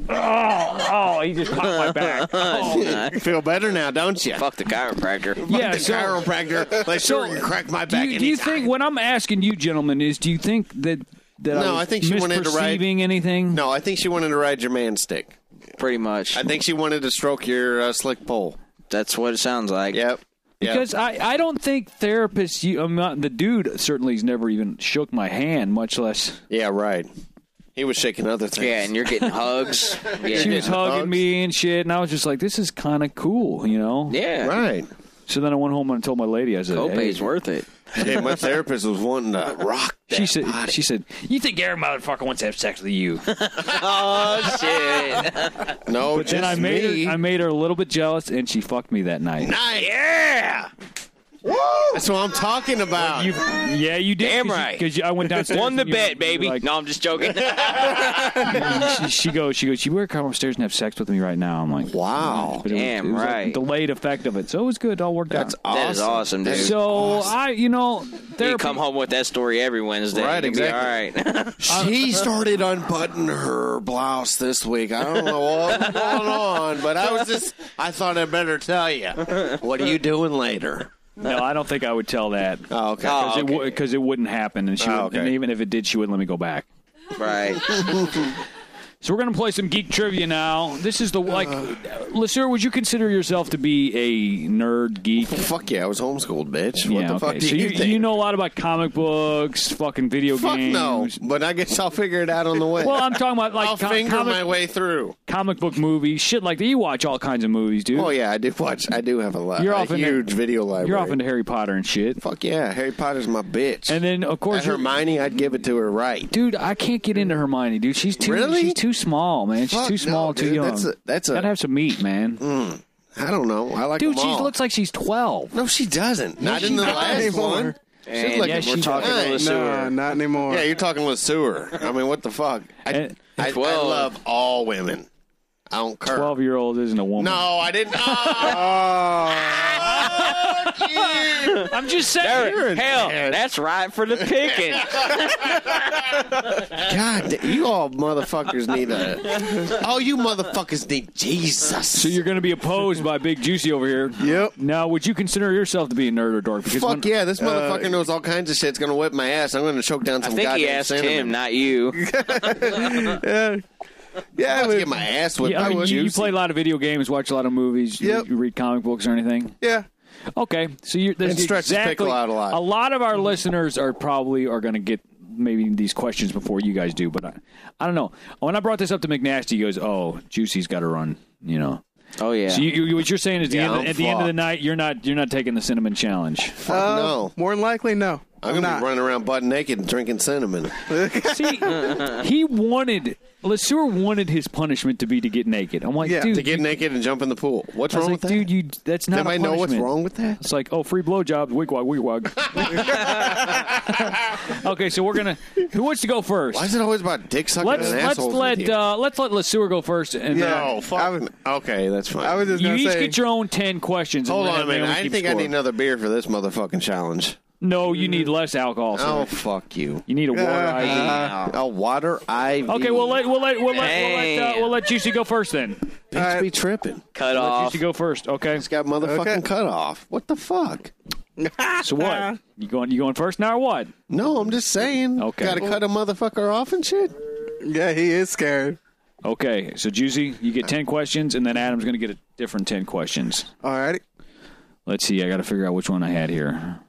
Speaker 2: oh, oh, he just popped my back. Oh.
Speaker 3: You feel better now, don't you?
Speaker 4: Fuck the chiropractor.
Speaker 2: Yeah,
Speaker 3: the
Speaker 2: so-
Speaker 3: chiropractor. Like,
Speaker 2: So,
Speaker 3: sure, you crack my
Speaker 2: Do
Speaker 3: back.
Speaker 2: you, do you
Speaker 3: anytime.
Speaker 2: think what I'm asking you, gentlemen, is do you think that that
Speaker 3: No,
Speaker 2: was
Speaker 3: I think she wanted to ride-
Speaker 2: misperceiving anything?
Speaker 3: No, I think she wanted to ride your man stick.
Speaker 4: Pretty much.
Speaker 3: I think she wanted to stroke your uh, slick pole.
Speaker 4: That's what it sounds like.
Speaker 3: Yep. Yep.
Speaker 2: Because I, I don't think therapists, you, I'm not, the dude certainly has never even shook my hand, much less.
Speaker 3: yeah, right. He was shaking other things.
Speaker 4: Yeah, and you're getting hugs. Yeah.
Speaker 2: She was hugging me and shit, and I was just like, this is kind of cool, you know?
Speaker 4: Yeah.
Speaker 3: right.
Speaker 2: So then I went home and told my lady, I said,
Speaker 4: Copay's
Speaker 2: hey.
Speaker 4: worth it.
Speaker 3: Yeah, my therapist was wanting to rock.
Speaker 2: She said, she said, you think every motherfucker wants to have sex with you?
Speaker 4: Oh shit.
Speaker 3: No,
Speaker 2: But then I made her, I made her a little bit jealous, and she fucked me that night.
Speaker 3: nice. Yeah. That's what I'm talking about.
Speaker 2: You, yeah, you did.
Speaker 4: Damn
Speaker 2: cause you-
Speaker 4: right.
Speaker 2: Cause you, I went downstairs.
Speaker 4: Won the
Speaker 2: and you
Speaker 4: bet,
Speaker 2: were- you were
Speaker 4: baby.
Speaker 2: like-
Speaker 4: no, I'm just joking.
Speaker 2: she, she goes, she goes, you better come upstairs and have sex with me right now. I'm like,
Speaker 3: wow.
Speaker 2: but it was-
Speaker 4: Damn
Speaker 2: it was like
Speaker 4: right.
Speaker 2: delayed effect of it, so it was good. It all worked
Speaker 3: That's
Speaker 2: out.
Speaker 3: awesome.
Speaker 4: That is awesome, dude.
Speaker 2: So I, you know,
Speaker 4: you
Speaker 2: therapy,
Speaker 4: come home with that story every Wednesday.
Speaker 3: Right,
Speaker 4: You'll be
Speaker 3: exactly.
Speaker 4: All right.
Speaker 3: She started unbuttoning her blouse this week. I don't know what was going on, but I was just, I thought I'd better tell you. What are you doing later?
Speaker 2: no, I don't think I would tell that
Speaker 3: Oh, okay.
Speaker 4: Oh,
Speaker 2: because it, wou- 'cause it wouldn't happen, and she,
Speaker 3: Oh,
Speaker 2: wouldn't- and
Speaker 3: okay.
Speaker 2: even if it did, she wouldn't let me go back.
Speaker 4: right.
Speaker 2: So we're gonna play some geek trivia now. This is the like,
Speaker 4: Uh.
Speaker 2: Lesir, would you consider yourself to be a nerd geek?
Speaker 3: Fuck yeah, I was homeschooled, bitch. What the fuck do
Speaker 2: so you,
Speaker 3: you, think?
Speaker 2: you know a lot about comic books, fucking video
Speaker 3: fuck
Speaker 2: games.
Speaker 3: no. But I guess I'll figure it out on the way.
Speaker 2: Well, I'm talking about
Speaker 3: I'll
Speaker 2: like com-
Speaker 3: finger my
Speaker 2: comic,
Speaker 3: way through.
Speaker 2: comic book movies, shit like that. You watch all kinds of movies, dude.
Speaker 3: Oh yeah, I do watch. I do have a lot.
Speaker 2: You're
Speaker 3: a
Speaker 2: off in
Speaker 3: huge
Speaker 2: there.
Speaker 3: video library.
Speaker 2: You're off into Harry Potter and shit.
Speaker 3: Fuck yeah, Harry Potter's my bitch.
Speaker 2: And then of
Speaker 3: That
Speaker 2: course, you're-
Speaker 3: Hermione, I'd give it to her right.
Speaker 2: dude, I can't get into Hermione, dude. She's too
Speaker 3: Really?
Speaker 2: she's too small, man. She's
Speaker 3: Fuck
Speaker 2: too small,
Speaker 3: no,
Speaker 2: too
Speaker 3: dude.
Speaker 2: young.
Speaker 3: That's a- that's a- Mm,
Speaker 2: gotta have some meat, man.
Speaker 3: I don't know. I like
Speaker 2: Dude,
Speaker 3: them
Speaker 2: she
Speaker 3: all.
Speaker 2: looks like she's twelve.
Speaker 3: No, she doesn't. Not in the
Speaker 2: doesn't
Speaker 3: last
Speaker 7: anymore.
Speaker 3: one.
Speaker 4: And
Speaker 3: like-
Speaker 4: yeah,
Speaker 2: Yes,
Speaker 4: we're
Speaker 2: she
Speaker 4: talking
Speaker 3: does.
Speaker 4: to the
Speaker 7: Nah,
Speaker 4: sewer.
Speaker 7: not anymore.
Speaker 3: Yeah, you're talking with sewer. I mean, what the fuck? I,
Speaker 2: And-
Speaker 3: I, I
Speaker 4: Twelve.
Speaker 3: love all women. I don't care.
Speaker 2: Twelve year old isn't a woman.
Speaker 3: No, I didn't. Ah! Oh, fuck you.
Speaker 2: I'm just saying.
Speaker 3: You're an
Speaker 4: Hell,
Speaker 3: ass.
Speaker 4: that's right for the picking.
Speaker 3: God, da- you all motherfuckers need a. All you motherfuckers need Jesus.
Speaker 2: So you're going to be opposed by Big Juicy over here.
Speaker 7: Yep.
Speaker 2: Now, would you consider yourself to be a nerd or dork? Because
Speaker 3: Fuck
Speaker 2: when-
Speaker 3: yeah, this motherfucker knows all kinds of shit. It's gonna whip my ass. I'm gonna choke down
Speaker 4: I
Speaker 3: some
Speaker 4: think
Speaker 3: goddamn
Speaker 4: he asked
Speaker 3: cinnamon.
Speaker 4: him, not you.
Speaker 7: Yeah,
Speaker 3: I
Speaker 7: but-
Speaker 3: would get my ass whipped.
Speaker 2: Yeah, I
Speaker 3: I
Speaker 2: mean,
Speaker 3: would.
Speaker 2: you, you play a lot of video games, watch a lot of movies, you-
Speaker 7: Yep.
Speaker 2: you read comic books or anything.
Speaker 7: yeah.
Speaker 2: Okay, so you're that's
Speaker 3: And stretch the
Speaker 2: exactly
Speaker 3: pickle out a lot.
Speaker 2: A lot of our listeners are probably are going to get maybe these questions before you guys do, but I, I don't know. When I brought this up to McNasty, he goes, "Oh, Juicy's got to run," you know.
Speaker 4: Oh yeah.
Speaker 2: So you, you, what you're saying is the
Speaker 3: Yeah,
Speaker 2: end,
Speaker 3: I'm
Speaker 2: at the end of the
Speaker 3: flawed.
Speaker 2: night, you're not you're not taking the cinnamon challenge.
Speaker 3: Fuck no.
Speaker 7: More than likely, no.
Speaker 3: I'm gonna be running around butt naked and drinking cinnamon.
Speaker 2: See, he wanted Lesueur wanted his punishment to be to get naked. I'm like,
Speaker 7: Yeah,
Speaker 2: dude,
Speaker 3: to get naked and jump in the pool. What's
Speaker 2: I was
Speaker 3: wrong
Speaker 2: like,
Speaker 3: with
Speaker 2: dude,
Speaker 3: that?
Speaker 2: you that's not.
Speaker 3: Does
Speaker 2: a
Speaker 3: anybody know what's
Speaker 2: punishment.
Speaker 3: wrong with that?
Speaker 2: It's like, oh, free blowjobs, wigwag, wigwag. okay, so we're gonna. Who wants to go first?
Speaker 3: Why is it always about dick sucking
Speaker 2: Let's
Speaker 3: and
Speaker 2: let's
Speaker 3: assholes? with
Speaker 2: let
Speaker 3: you?
Speaker 2: uh, let's let Lesueur go first, and
Speaker 7: Yeah.
Speaker 2: uh,
Speaker 3: no, fuck.
Speaker 7: I was-
Speaker 3: okay, that's fine.
Speaker 7: I was just
Speaker 2: you
Speaker 7: gonna
Speaker 2: each
Speaker 7: say.
Speaker 2: get your own ten questions. and
Speaker 3: Hold
Speaker 2: we're
Speaker 3: on a
Speaker 2: gonna have
Speaker 3: minute.
Speaker 2: Naomi
Speaker 3: I
Speaker 2: keep
Speaker 3: think I
Speaker 2: score.
Speaker 3: need another beer for this motherfucking challenge.
Speaker 2: No, you need less alcohol. Sir.
Speaker 3: Oh fuck you.
Speaker 2: You need a water IV.
Speaker 4: Wow.
Speaker 3: A water IV.
Speaker 2: Okay, we'll let we'll let we'll let we'll let, uh,
Speaker 4: Damn.
Speaker 2: we'll let Juicy go first then.
Speaker 3: Bitch
Speaker 7: uh,
Speaker 3: be tripping.
Speaker 4: Cut
Speaker 2: Let
Speaker 4: off.
Speaker 2: Juicy go first. Okay.
Speaker 3: It's got motherfucking
Speaker 7: Okay.
Speaker 3: cut off. What the fuck?
Speaker 2: So what? You going you going first now or what?
Speaker 3: No, I'm just saying.
Speaker 2: Okay.
Speaker 3: Gotta cut a motherfucker off and shit.
Speaker 7: yeah, he is scared.
Speaker 2: Okay, so Juicy, you get ten questions, and then Adam's going to get a different ten questions.
Speaker 7: All right.
Speaker 2: Let's see. I got to figure out which one I had here.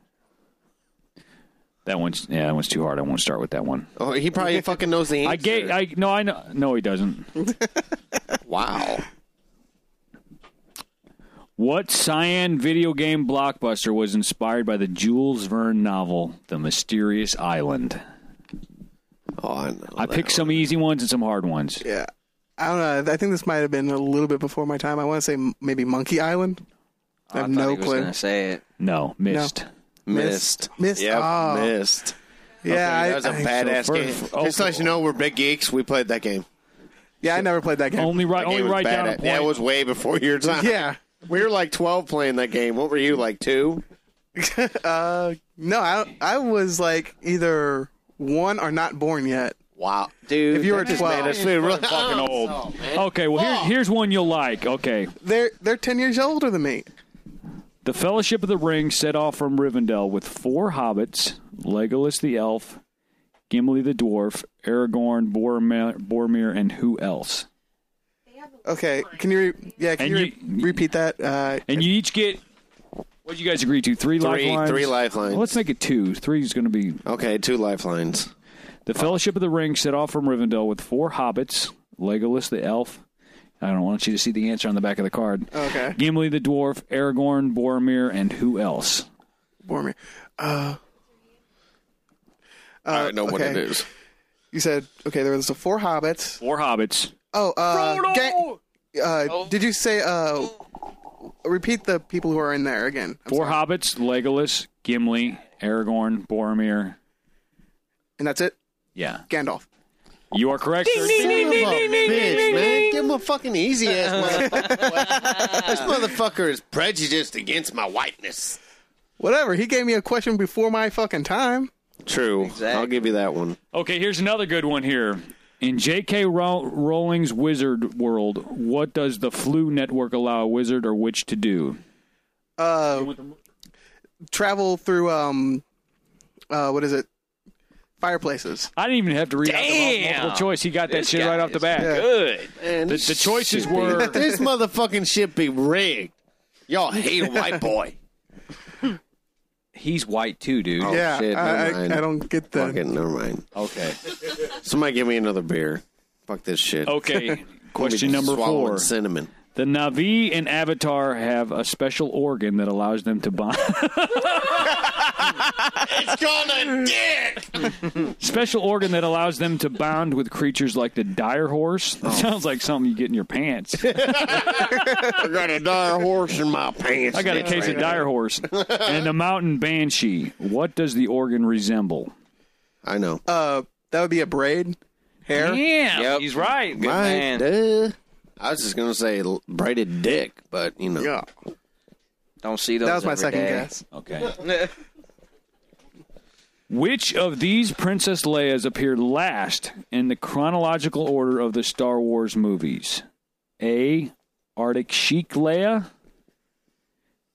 Speaker 2: That one's yeah, that one's too hard. I won't start with that one.
Speaker 3: Oh, he probably fucking knows the answer.
Speaker 2: I gave I no I know no he doesn't.
Speaker 3: Wow.
Speaker 2: What cyan video game blockbuster was inspired by the Jules Verne novel The Mysterious Island?
Speaker 3: Oh, I, know
Speaker 2: I
Speaker 3: that
Speaker 2: picked some easy ones and some hard ones.
Speaker 7: Yeah. I don't know. I think this might have been a little bit before my time. I want to say m- maybe Monkey Island.
Speaker 3: Oh,
Speaker 7: I have
Speaker 4: thought
Speaker 7: no
Speaker 4: he was
Speaker 7: clue.
Speaker 4: gonna say it.
Speaker 2: No, missed.
Speaker 3: Missed.
Speaker 7: Missed.
Speaker 3: Yep,
Speaker 7: Oh.
Speaker 3: missed.
Speaker 7: Yeah, I,
Speaker 3: that was a
Speaker 7: I-
Speaker 3: badass
Speaker 2: so.
Speaker 3: game.
Speaker 2: First- oh,
Speaker 3: Just so you know, we're big geeks. We played that game.
Speaker 7: yeah, I never played that game.
Speaker 2: Only right
Speaker 3: That
Speaker 2: only
Speaker 3: game was
Speaker 2: right down a
Speaker 3: badass.
Speaker 2: point.
Speaker 3: Yeah, it was way before your time.
Speaker 7: yeah.
Speaker 3: We were like 12 playing that game. What were you, like two?
Speaker 7: Uh, no, I I was like either one or not born yet.
Speaker 3: Wow, dude!
Speaker 7: If you
Speaker 3: that
Speaker 7: were
Speaker 3: just
Speaker 7: 12.
Speaker 3: made us feel really
Speaker 2: Fucking old. okay, well here, here's one you'll like. Okay,
Speaker 7: They're they're ten years older than me.
Speaker 2: the Fellowship of the Ring set off from Rivendell with four hobbits: Legolas the elf, Gimli the dwarf, Aragorn, Boromir, Boromir and who else?
Speaker 7: Okay, can you? Re- yeah, can
Speaker 2: And
Speaker 7: you, re-
Speaker 2: you-
Speaker 7: repeat that? Uh,
Speaker 2: And you each get what you guys agree to three, lifelines.
Speaker 3: three lifelines.
Speaker 2: Well, let's make it two. Three is going to be
Speaker 3: Okay, two lifelines.
Speaker 2: The Fellowship of the Ring set off from Rivendell with four hobbits, Legolas the elf. I don't want you to see the answer on the back of the card.
Speaker 7: Okay.
Speaker 2: Gimli the dwarf, Aragorn, Boromir, and who else?
Speaker 7: Boromir. Uh,
Speaker 3: I don't know what
Speaker 7: okay.
Speaker 3: it is.
Speaker 7: you said okay. There was the four hobbits.
Speaker 2: Four hobbits.
Speaker 7: Oh, uh, Ga- uh did you say? Uh, repeat the people who are in there again. I'm
Speaker 2: Four
Speaker 7: sorry.
Speaker 2: hobbits, Legolas, Gimli, Aragorn, Boromir.
Speaker 7: and that's it.
Speaker 2: Yeah.
Speaker 7: Gandalf.
Speaker 2: You are correct. sir.
Speaker 3: bitch, man. Give him a fucking easy ass motherfucker. this motherfucker is prejudiced against my whiteness.
Speaker 7: Whatever. He gave me a question before my fucking time.
Speaker 3: True. I'll give you that one.
Speaker 2: Okay, here's another good one here. In J.K. Row- Rowling's Wizard World, what does the flu network allow a wizard or witch to do?
Speaker 7: Uh, travel through um, uh, what is it? Fireplaces.
Speaker 2: I didn't even have to read out the mul-
Speaker 4: Damn.
Speaker 2: multiple choice. He got that
Speaker 4: This
Speaker 2: shit
Speaker 4: guy
Speaker 2: right off the
Speaker 4: is
Speaker 2: bat.
Speaker 4: Good.
Speaker 3: Man,
Speaker 2: The,
Speaker 3: this
Speaker 2: the choices
Speaker 3: shit be-
Speaker 2: were
Speaker 3: this motherfucking shit be rigged. Y'all hate a white boy.
Speaker 4: He's white too, dude.
Speaker 2: Oh.
Speaker 7: yeah,
Speaker 3: Oh, shit,
Speaker 7: I,
Speaker 3: never mind.
Speaker 7: I, I don't get the.
Speaker 3: Fuck it, never mind.
Speaker 4: Okay.
Speaker 3: Somebody give me another beer. Fuck this shit.
Speaker 2: okay.
Speaker 3: Let me
Speaker 2: Oh, Question
Speaker 3: just
Speaker 2: number
Speaker 3: swallow
Speaker 2: four:
Speaker 3: in Cinnamon.
Speaker 2: The Navi and Avatar have a special organ that allows them to bond.
Speaker 3: It's gonna dick.
Speaker 2: special organ that allows them to bond with creatures like the dire horse. That sounds like something you get in your pants.
Speaker 3: I got a dire horse in my pants.
Speaker 2: I got a case of dire horse and the mountain banshee. What does the organ resemble?
Speaker 3: I know.
Speaker 7: Uh, that would be a braid, hair.
Speaker 2: Yeah,
Speaker 4: Yep.
Speaker 2: he's right.
Speaker 4: Good
Speaker 3: Right,
Speaker 4: man.
Speaker 3: duh. I was just gonna say l- braided dick, but you know.
Speaker 7: Yeah,
Speaker 4: Don't see those.
Speaker 7: that was my
Speaker 4: every
Speaker 7: second
Speaker 4: day.
Speaker 7: guess.
Speaker 2: Okay. Which of these Princess Leias appeared last in the chronological order of the Star Wars movies? A. Arctic Chic Leia.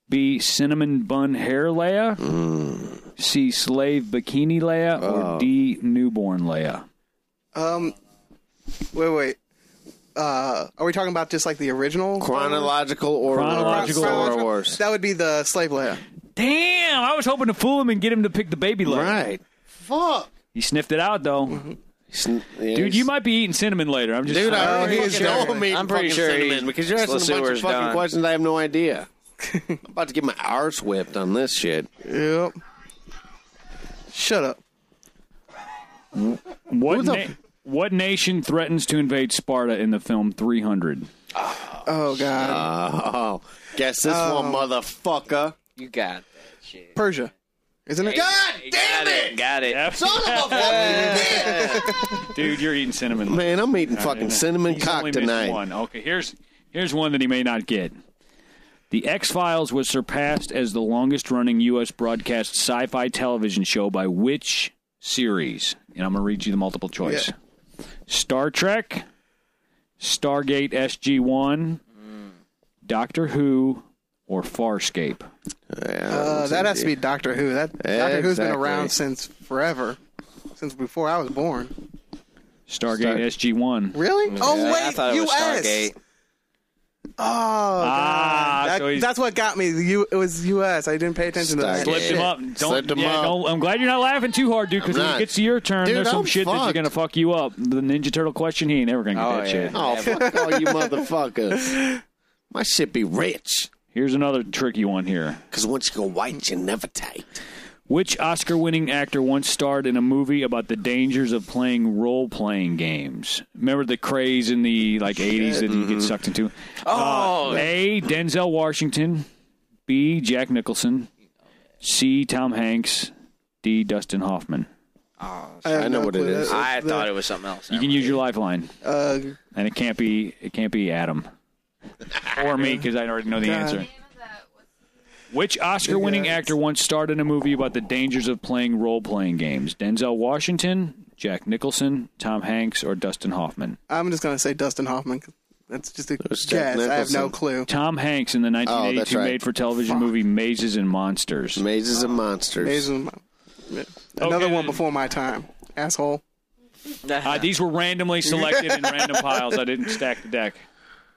Speaker 2: B. Cinnamon Bun Hair Leia.
Speaker 3: Mm.
Speaker 2: C. Slave Bikini Leia.
Speaker 3: Oh.
Speaker 2: Or D. Newborn Leia.
Speaker 7: Um, wait, wait. Uh, are we talking about just like the original?
Speaker 3: Chronological order.
Speaker 2: Chronological
Speaker 3: of
Speaker 2: order.
Speaker 3: Star Wars.
Speaker 7: That would be the slave Leia.
Speaker 2: Damn! I was hoping to fool him and get him to pick the baby Leia.
Speaker 3: Right. Fuck.
Speaker 2: He sniffed it out, though.
Speaker 3: Sn- yeah,
Speaker 2: Dude, you might be eating cinnamon later. I'm just
Speaker 3: Dude, I
Speaker 7: Oh,
Speaker 3: already
Speaker 7: he's
Speaker 3: fucking
Speaker 7: done.
Speaker 3: owe me
Speaker 4: I'm pretty
Speaker 3: fucking
Speaker 4: sure
Speaker 3: cinnamon,
Speaker 4: he's-
Speaker 3: because you're asking a bunch
Speaker 4: LeSueur's
Speaker 3: of fucking
Speaker 4: done.
Speaker 3: questions I have no idea. I'm about to get my arse whipped on this shit.
Speaker 7: Yep. Shut up.
Speaker 2: What,
Speaker 3: the
Speaker 2: na- what nation threatens to invade Sparta in the film 300?
Speaker 7: Oh God.
Speaker 3: Oh, guess this one, motherfucker.
Speaker 4: You got that shit.
Speaker 7: Persia, isn't it?
Speaker 3: God damn
Speaker 4: got
Speaker 3: it!
Speaker 4: Got it.
Speaker 3: Son of a fucking bitch!
Speaker 2: Dude, you're eating cinnamon.
Speaker 3: Man, I'm eating fucking cinnamon
Speaker 2: He's
Speaker 3: cock
Speaker 2: only missed
Speaker 3: tonight.
Speaker 2: One. Okay, here's here's one that he may not get. The X Files was surpassed as the longest running U.S. broadcast sci fi television show by which series? And I'm going to read you the multiple choice Star Trek, Stargate SG 1,
Speaker 3: Mm.
Speaker 2: Doctor Who, or Farscape?
Speaker 3: Yeah,
Speaker 7: Uh, that has to be Doctor Who. That Doctor Who's been
Speaker 3: Exactly.
Speaker 7: around since forever, since before I was born.
Speaker 2: Stargate
Speaker 3: Star-
Speaker 2: SG 1.
Speaker 7: Really? Oh wait,
Speaker 4: I thought it was
Speaker 7: U.S.
Speaker 4: Stargate.
Speaker 7: Oh, God. That-
Speaker 2: so he's-
Speaker 7: that's what got me. The U- it was U.S. I didn't pay attention
Speaker 3: Stargate.
Speaker 7: to that.
Speaker 2: Slipped him
Speaker 3: Shit.
Speaker 2: up. Don't,
Speaker 3: Slipped him
Speaker 2: yeah,
Speaker 3: up.
Speaker 2: Don't, I'm glad you're not laughing too hard, dude. Because
Speaker 3: I'm
Speaker 2: when it
Speaker 3: not.
Speaker 2: gets to your turn,
Speaker 3: Dude,
Speaker 2: there's some
Speaker 3: I'm
Speaker 2: shit that you're
Speaker 3: fucked.
Speaker 2: gonna fuck you up. The Ninja Turtle question, he ain't ever gonna get
Speaker 4: Oh,
Speaker 2: that
Speaker 4: yeah.
Speaker 2: shit.
Speaker 3: Oh, fuck all you motherfuckers. My shit be rich.
Speaker 2: Here's another tricky one here.
Speaker 3: Because once you go white, you never tight.
Speaker 2: Which Oscar-winning actor once starred in a movie about the dangers of playing role-playing games? Remember the craze in the like '80s that
Speaker 3: Mm-hmm.
Speaker 2: you get sucked into? Uh,
Speaker 4: Oh,
Speaker 2: A. Denzel Washington. B. Jack Nicholson. C. Tom Hanks. D. Dustin Hoffman.
Speaker 7: have
Speaker 3: I know
Speaker 7: no
Speaker 3: what it
Speaker 7: clue.
Speaker 3: is.
Speaker 4: I thought it was something else.
Speaker 2: You can use your lifeline.
Speaker 7: Uh,
Speaker 2: and it can't be it can't be Adam or me because I already know the
Speaker 7: God.
Speaker 2: answer.
Speaker 6: Name of that was-
Speaker 2: Which Oscar-winning
Speaker 7: Yeah.
Speaker 2: actor once starred in a movie about the dangers of playing role-playing games? Denzel Washington, Jack Nicholson, Tom Hanks, or Dustin Hoffman?
Speaker 7: I'm just gonna say Dustin Hoffman. 'cause That's just a
Speaker 3: There's Jack
Speaker 7: guess. I have no
Speaker 3: Nicholson.
Speaker 7: clue.
Speaker 2: Tom Hanks in the 1982
Speaker 3: right.
Speaker 2: made-for-television movie Mazes and Monsters.
Speaker 3: Mazes and monsters.
Speaker 7: Amazing.
Speaker 2: Okay,
Speaker 7: Another one
Speaker 2: then.
Speaker 7: before my time. Asshole.
Speaker 2: Uh, these were randomly selected in random piles. I didn't stack the deck.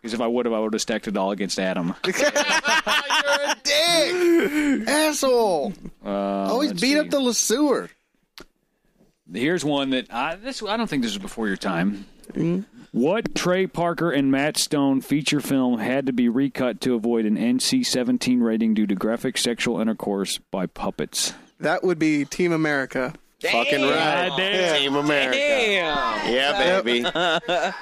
Speaker 2: Because if I would have, I would have stacked it all against Adam.
Speaker 3: You're a dick, asshole. Always
Speaker 2: let's
Speaker 3: beat
Speaker 2: see.
Speaker 3: up the LeSueur.
Speaker 2: Here's one that I, this I don't think this is before your time.
Speaker 7: Mm-hmm.
Speaker 2: What Trey Parker and Matt Stone feature film had to be recut to avoid an NC-17 rating due to graphic sexual intercourse by puppets?
Speaker 7: That would be Team America.
Speaker 3: Fucking right,
Speaker 2: God damn.
Speaker 3: Team America.
Speaker 4: Damn.
Speaker 3: Yeah, baby. That's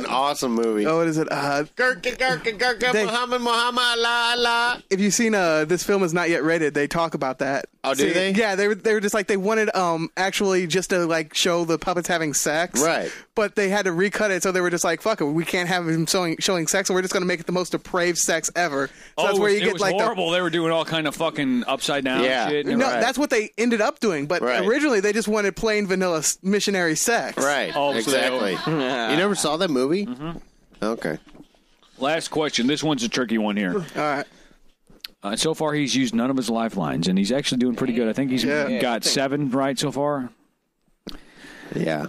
Speaker 3: an awesome movie.
Speaker 7: Oh, what is it? Uh,
Speaker 3: Gurka, gurka, gurka,
Speaker 7: They-
Speaker 3: Muhammad, Muhammad, la, la.
Speaker 7: if you've seen uh, this film is not yet rated, they talk about that.
Speaker 3: Oh, do they?
Speaker 7: Yeah, they were they were just like they wanted um actually just to like show the puppets having sex,
Speaker 3: Right.
Speaker 7: But they had to recut it, so they were just like, "Fuck it, we can't have him showing showing sex, and we're just gonna make it the most depraved sex ever." So
Speaker 2: Oh,
Speaker 7: that's where
Speaker 2: it
Speaker 7: you
Speaker 2: was, it
Speaker 7: get
Speaker 2: was
Speaker 7: like the
Speaker 2: horrible. They were doing all kind of fucking upside down
Speaker 3: Yeah.
Speaker 2: shit.
Speaker 7: no,
Speaker 3: Right.
Speaker 7: that's what they ended up doing. But
Speaker 3: Right.
Speaker 7: originally, they just wanted plain vanilla s- missionary sex.
Speaker 3: Right.
Speaker 2: Oh, so
Speaker 3: exactly. You never saw that movie? Mm-hmm. Okay.
Speaker 2: Last question. This one's a tricky one here.
Speaker 7: All right.
Speaker 2: Uh, so far, he's used none of his lifelines, and he's actually doing pretty good. I think he's
Speaker 7: Yeah.
Speaker 2: got seven right so far.
Speaker 3: Yeah.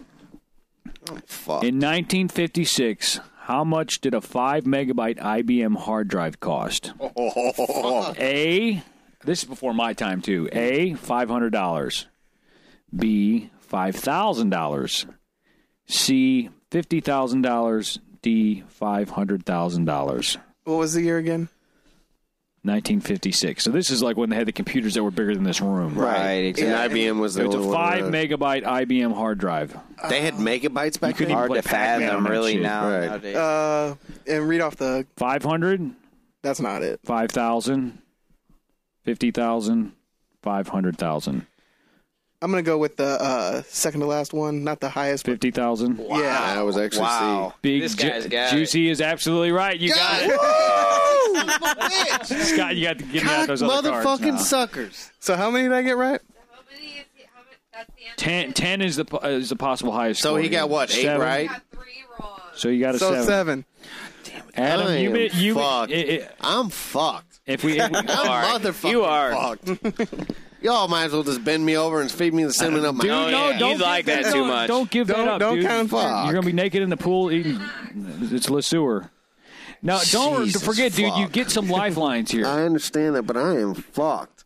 Speaker 3: Oh, Fuck.
Speaker 2: In 1956, how much did a 5 megabyte IBM hard drive cost? A, this is before my time too. A, $500. B, $5,000. C, $50,000. D, $500,000.
Speaker 7: What was the year again?
Speaker 2: 1956. So this is like when they had the computers that were bigger than this room.
Speaker 4: Right, exactly.
Speaker 3: And IBM was the
Speaker 2: It's a
Speaker 3: only
Speaker 2: five
Speaker 3: one. that-
Speaker 2: megabyte IBM hard drive.
Speaker 3: they had megabytes back
Speaker 2: couldn't even
Speaker 3: then.
Speaker 4: Hard
Speaker 2: play
Speaker 4: to
Speaker 2: Pac-Man on
Speaker 4: fathom,
Speaker 2: that
Speaker 4: really,
Speaker 2: shit.
Speaker 4: now.
Speaker 3: Right.
Speaker 4: nowadays.
Speaker 7: Uh, and read off the.
Speaker 2: 500,
Speaker 7: That's not it.
Speaker 2: 5,000, 50,000, 500,000,
Speaker 7: I'm gonna go with the uh, second to last one, not the highest. but-
Speaker 2: 50,000.
Speaker 7: Yeah.
Speaker 3: I was actually
Speaker 4: wow.
Speaker 2: Big
Speaker 4: this
Speaker 2: Ju-
Speaker 4: guy's got it.
Speaker 2: Juicy is absolutely right. You got it.
Speaker 3: seeing.
Speaker 2: Scott, you got to give me out
Speaker 3: God,
Speaker 2: those other cards.
Speaker 3: motherfucking
Speaker 2: now.
Speaker 3: suckers.
Speaker 7: So how many did I get right?
Speaker 6: How many is he? How many? That's the end.
Speaker 2: Ten,
Speaker 6: Of it.
Speaker 2: 10 is the po- uh, is the possible highest.
Speaker 3: So
Speaker 2: score
Speaker 3: he got
Speaker 2: here.
Speaker 3: what? Eight,
Speaker 2: Seven.
Speaker 6: I
Speaker 3: right?
Speaker 6: got three wrong.
Speaker 2: So you got a
Speaker 7: So
Speaker 2: seven.
Speaker 7: seven.
Speaker 2: Adam,
Speaker 3: I
Speaker 2: you
Speaker 3: am
Speaker 2: bit you
Speaker 3: fucked. Oh,
Speaker 2: i- i-
Speaker 3: I'm fucked.
Speaker 2: if we, if we
Speaker 3: I'm
Speaker 4: are.
Speaker 3: motherfucking
Speaker 4: You are.
Speaker 3: fucked. Y'all might as well just bend me over and feed me the cinnamon up my
Speaker 2: Dude,
Speaker 4: Oh,
Speaker 2: no,
Speaker 4: yeah.
Speaker 2: don't
Speaker 4: You like
Speaker 2: give
Speaker 4: that too
Speaker 2: no,
Speaker 4: much.
Speaker 2: Don't give that
Speaker 7: Don't-
Speaker 2: up,
Speaker 7: don't
Speaker 2: dude.
Speaker 7: count for-
Speaker 2: You're gonna be naked in the pool eating. It's LeSueur. No, don't
Speaker 3: Jesus
Speaker 2: forget, dude. You
Speaker 3: fuck.
Speaker 2: get some lifelines here.
Speaker 3: I understand that, but I am fucked.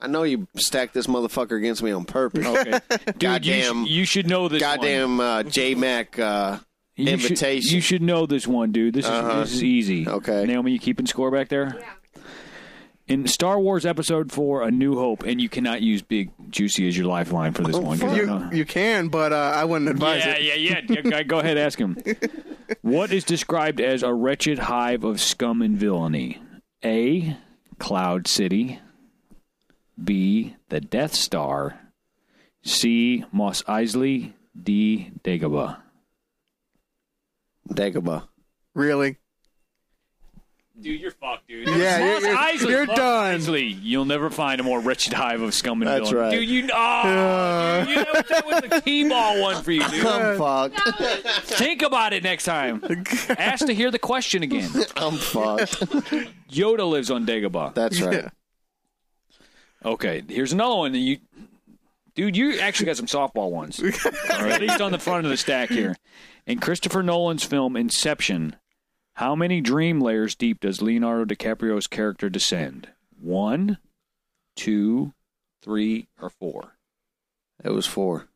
Speaker 3: I know you stacked this motherfucker against me on purpose.
Speaker 2: Okay, dude.
Speaker 3: Goddamn-
Speaker 2: you, sh- you should know this. one.
Speaker 3: Goddamn uh, J Mac. Uh,
Speaker 2: You should-
Speaker 3: invitation. Uh-huh.
Speaker 2: you should know this one, dude. This is this is easy.
Speaker 3: Okay.
Speaker 2: Naomi, you keeping score back there?
Speaker 6: Yeah.
Speaker 2: In Star Wars Episode Four: A New Hope, and you cannot use Big Juicy as your lifeline
Speaker 3: Oh,
Speaker 2: for this one. 'cause I don't
Speaker 7: You
Speaker 2: know.
Speaker 7: you can, but uh, I wouldn't advise
Speaker 2: yeah,
Speaker 7: it.
Speaker 2: yeah, yeah, yeah. Okay, Go ahead, ask him. What is described as a wretched hive of scum and villainy? A. Cloud City. B. The Death Star. C. Moss Eisley. D. Dagobah.
Speaker 3: Dagobah.
Speaker 7: Really?
Speaker 2: Dude, you're fucked, dude.
Speaker 7: Yeah, you're-
Speaker 2: Moss
Speaker 7: you're-
Speaker 2: Eisley,
Speaker 7: you're
Speaker 2: Moss
Speaker 7: done.
Speaker 2: Eisley. You'll never find a more wretched hive of scum and
Speaker 3: That's
Speaker 2: villainy.
Speaker 3: right.
Speaker 2: Dude, you, oh, dude, you know, that was the T-ball one for you, dude.
Speaker 7: Uh,
Speaker 3: I'm fucked.
Speaker 2: Think about it next time. Ask to hear the question again.
Speaker 3: I'm fucked.
Speaker 2: Yoda lives on Dagobah.
Speaker 3: That's right.
Speaker 2: Okay, here's another one. that You, dude, you actually got some softball ones, or at least on the front of the stack here. In Christopher Nolan's film Inception, how many dream layers deep does Leonardo DiCaprio's character descend? One, two, three, or four?
Speaker 3: It was four.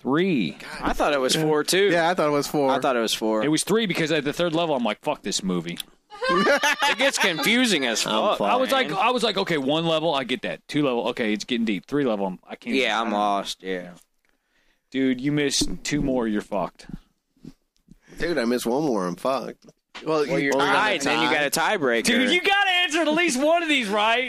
Speaker 2: Three.
Speaker 4: I thought it was four too.
Speaker 7: Yeah, I thought it was four.
Speaker 4: I thought it was four.
Speaker 2: It
Speaker 4: It,
Speaker 2: was three because at the third level, I'm like, fuck this movie.
Speaker 4: gets confusing as
Speaker 3: I'm
Speaker 4: fuck.
Speaker 3: fucked.
Speaker 2: I was like, oh.
Speaker 4: man.
Speaker 2: I was like, okay, one level, I get that. Two level, okay, it's getting deep. Three level, I'm- I can't.
Speaker 4: yeah, I'm lost. Yeah.
Speaker 2: Dude, you missed two more, you're fucked.
Speaker 3: Dude, I missed one more. I'm fucked.
Speaker 7: well, you-
Speaker 4: All right, then you got a tiebreaker.
Speaker 2: Dude, you got to answer at least one of these right.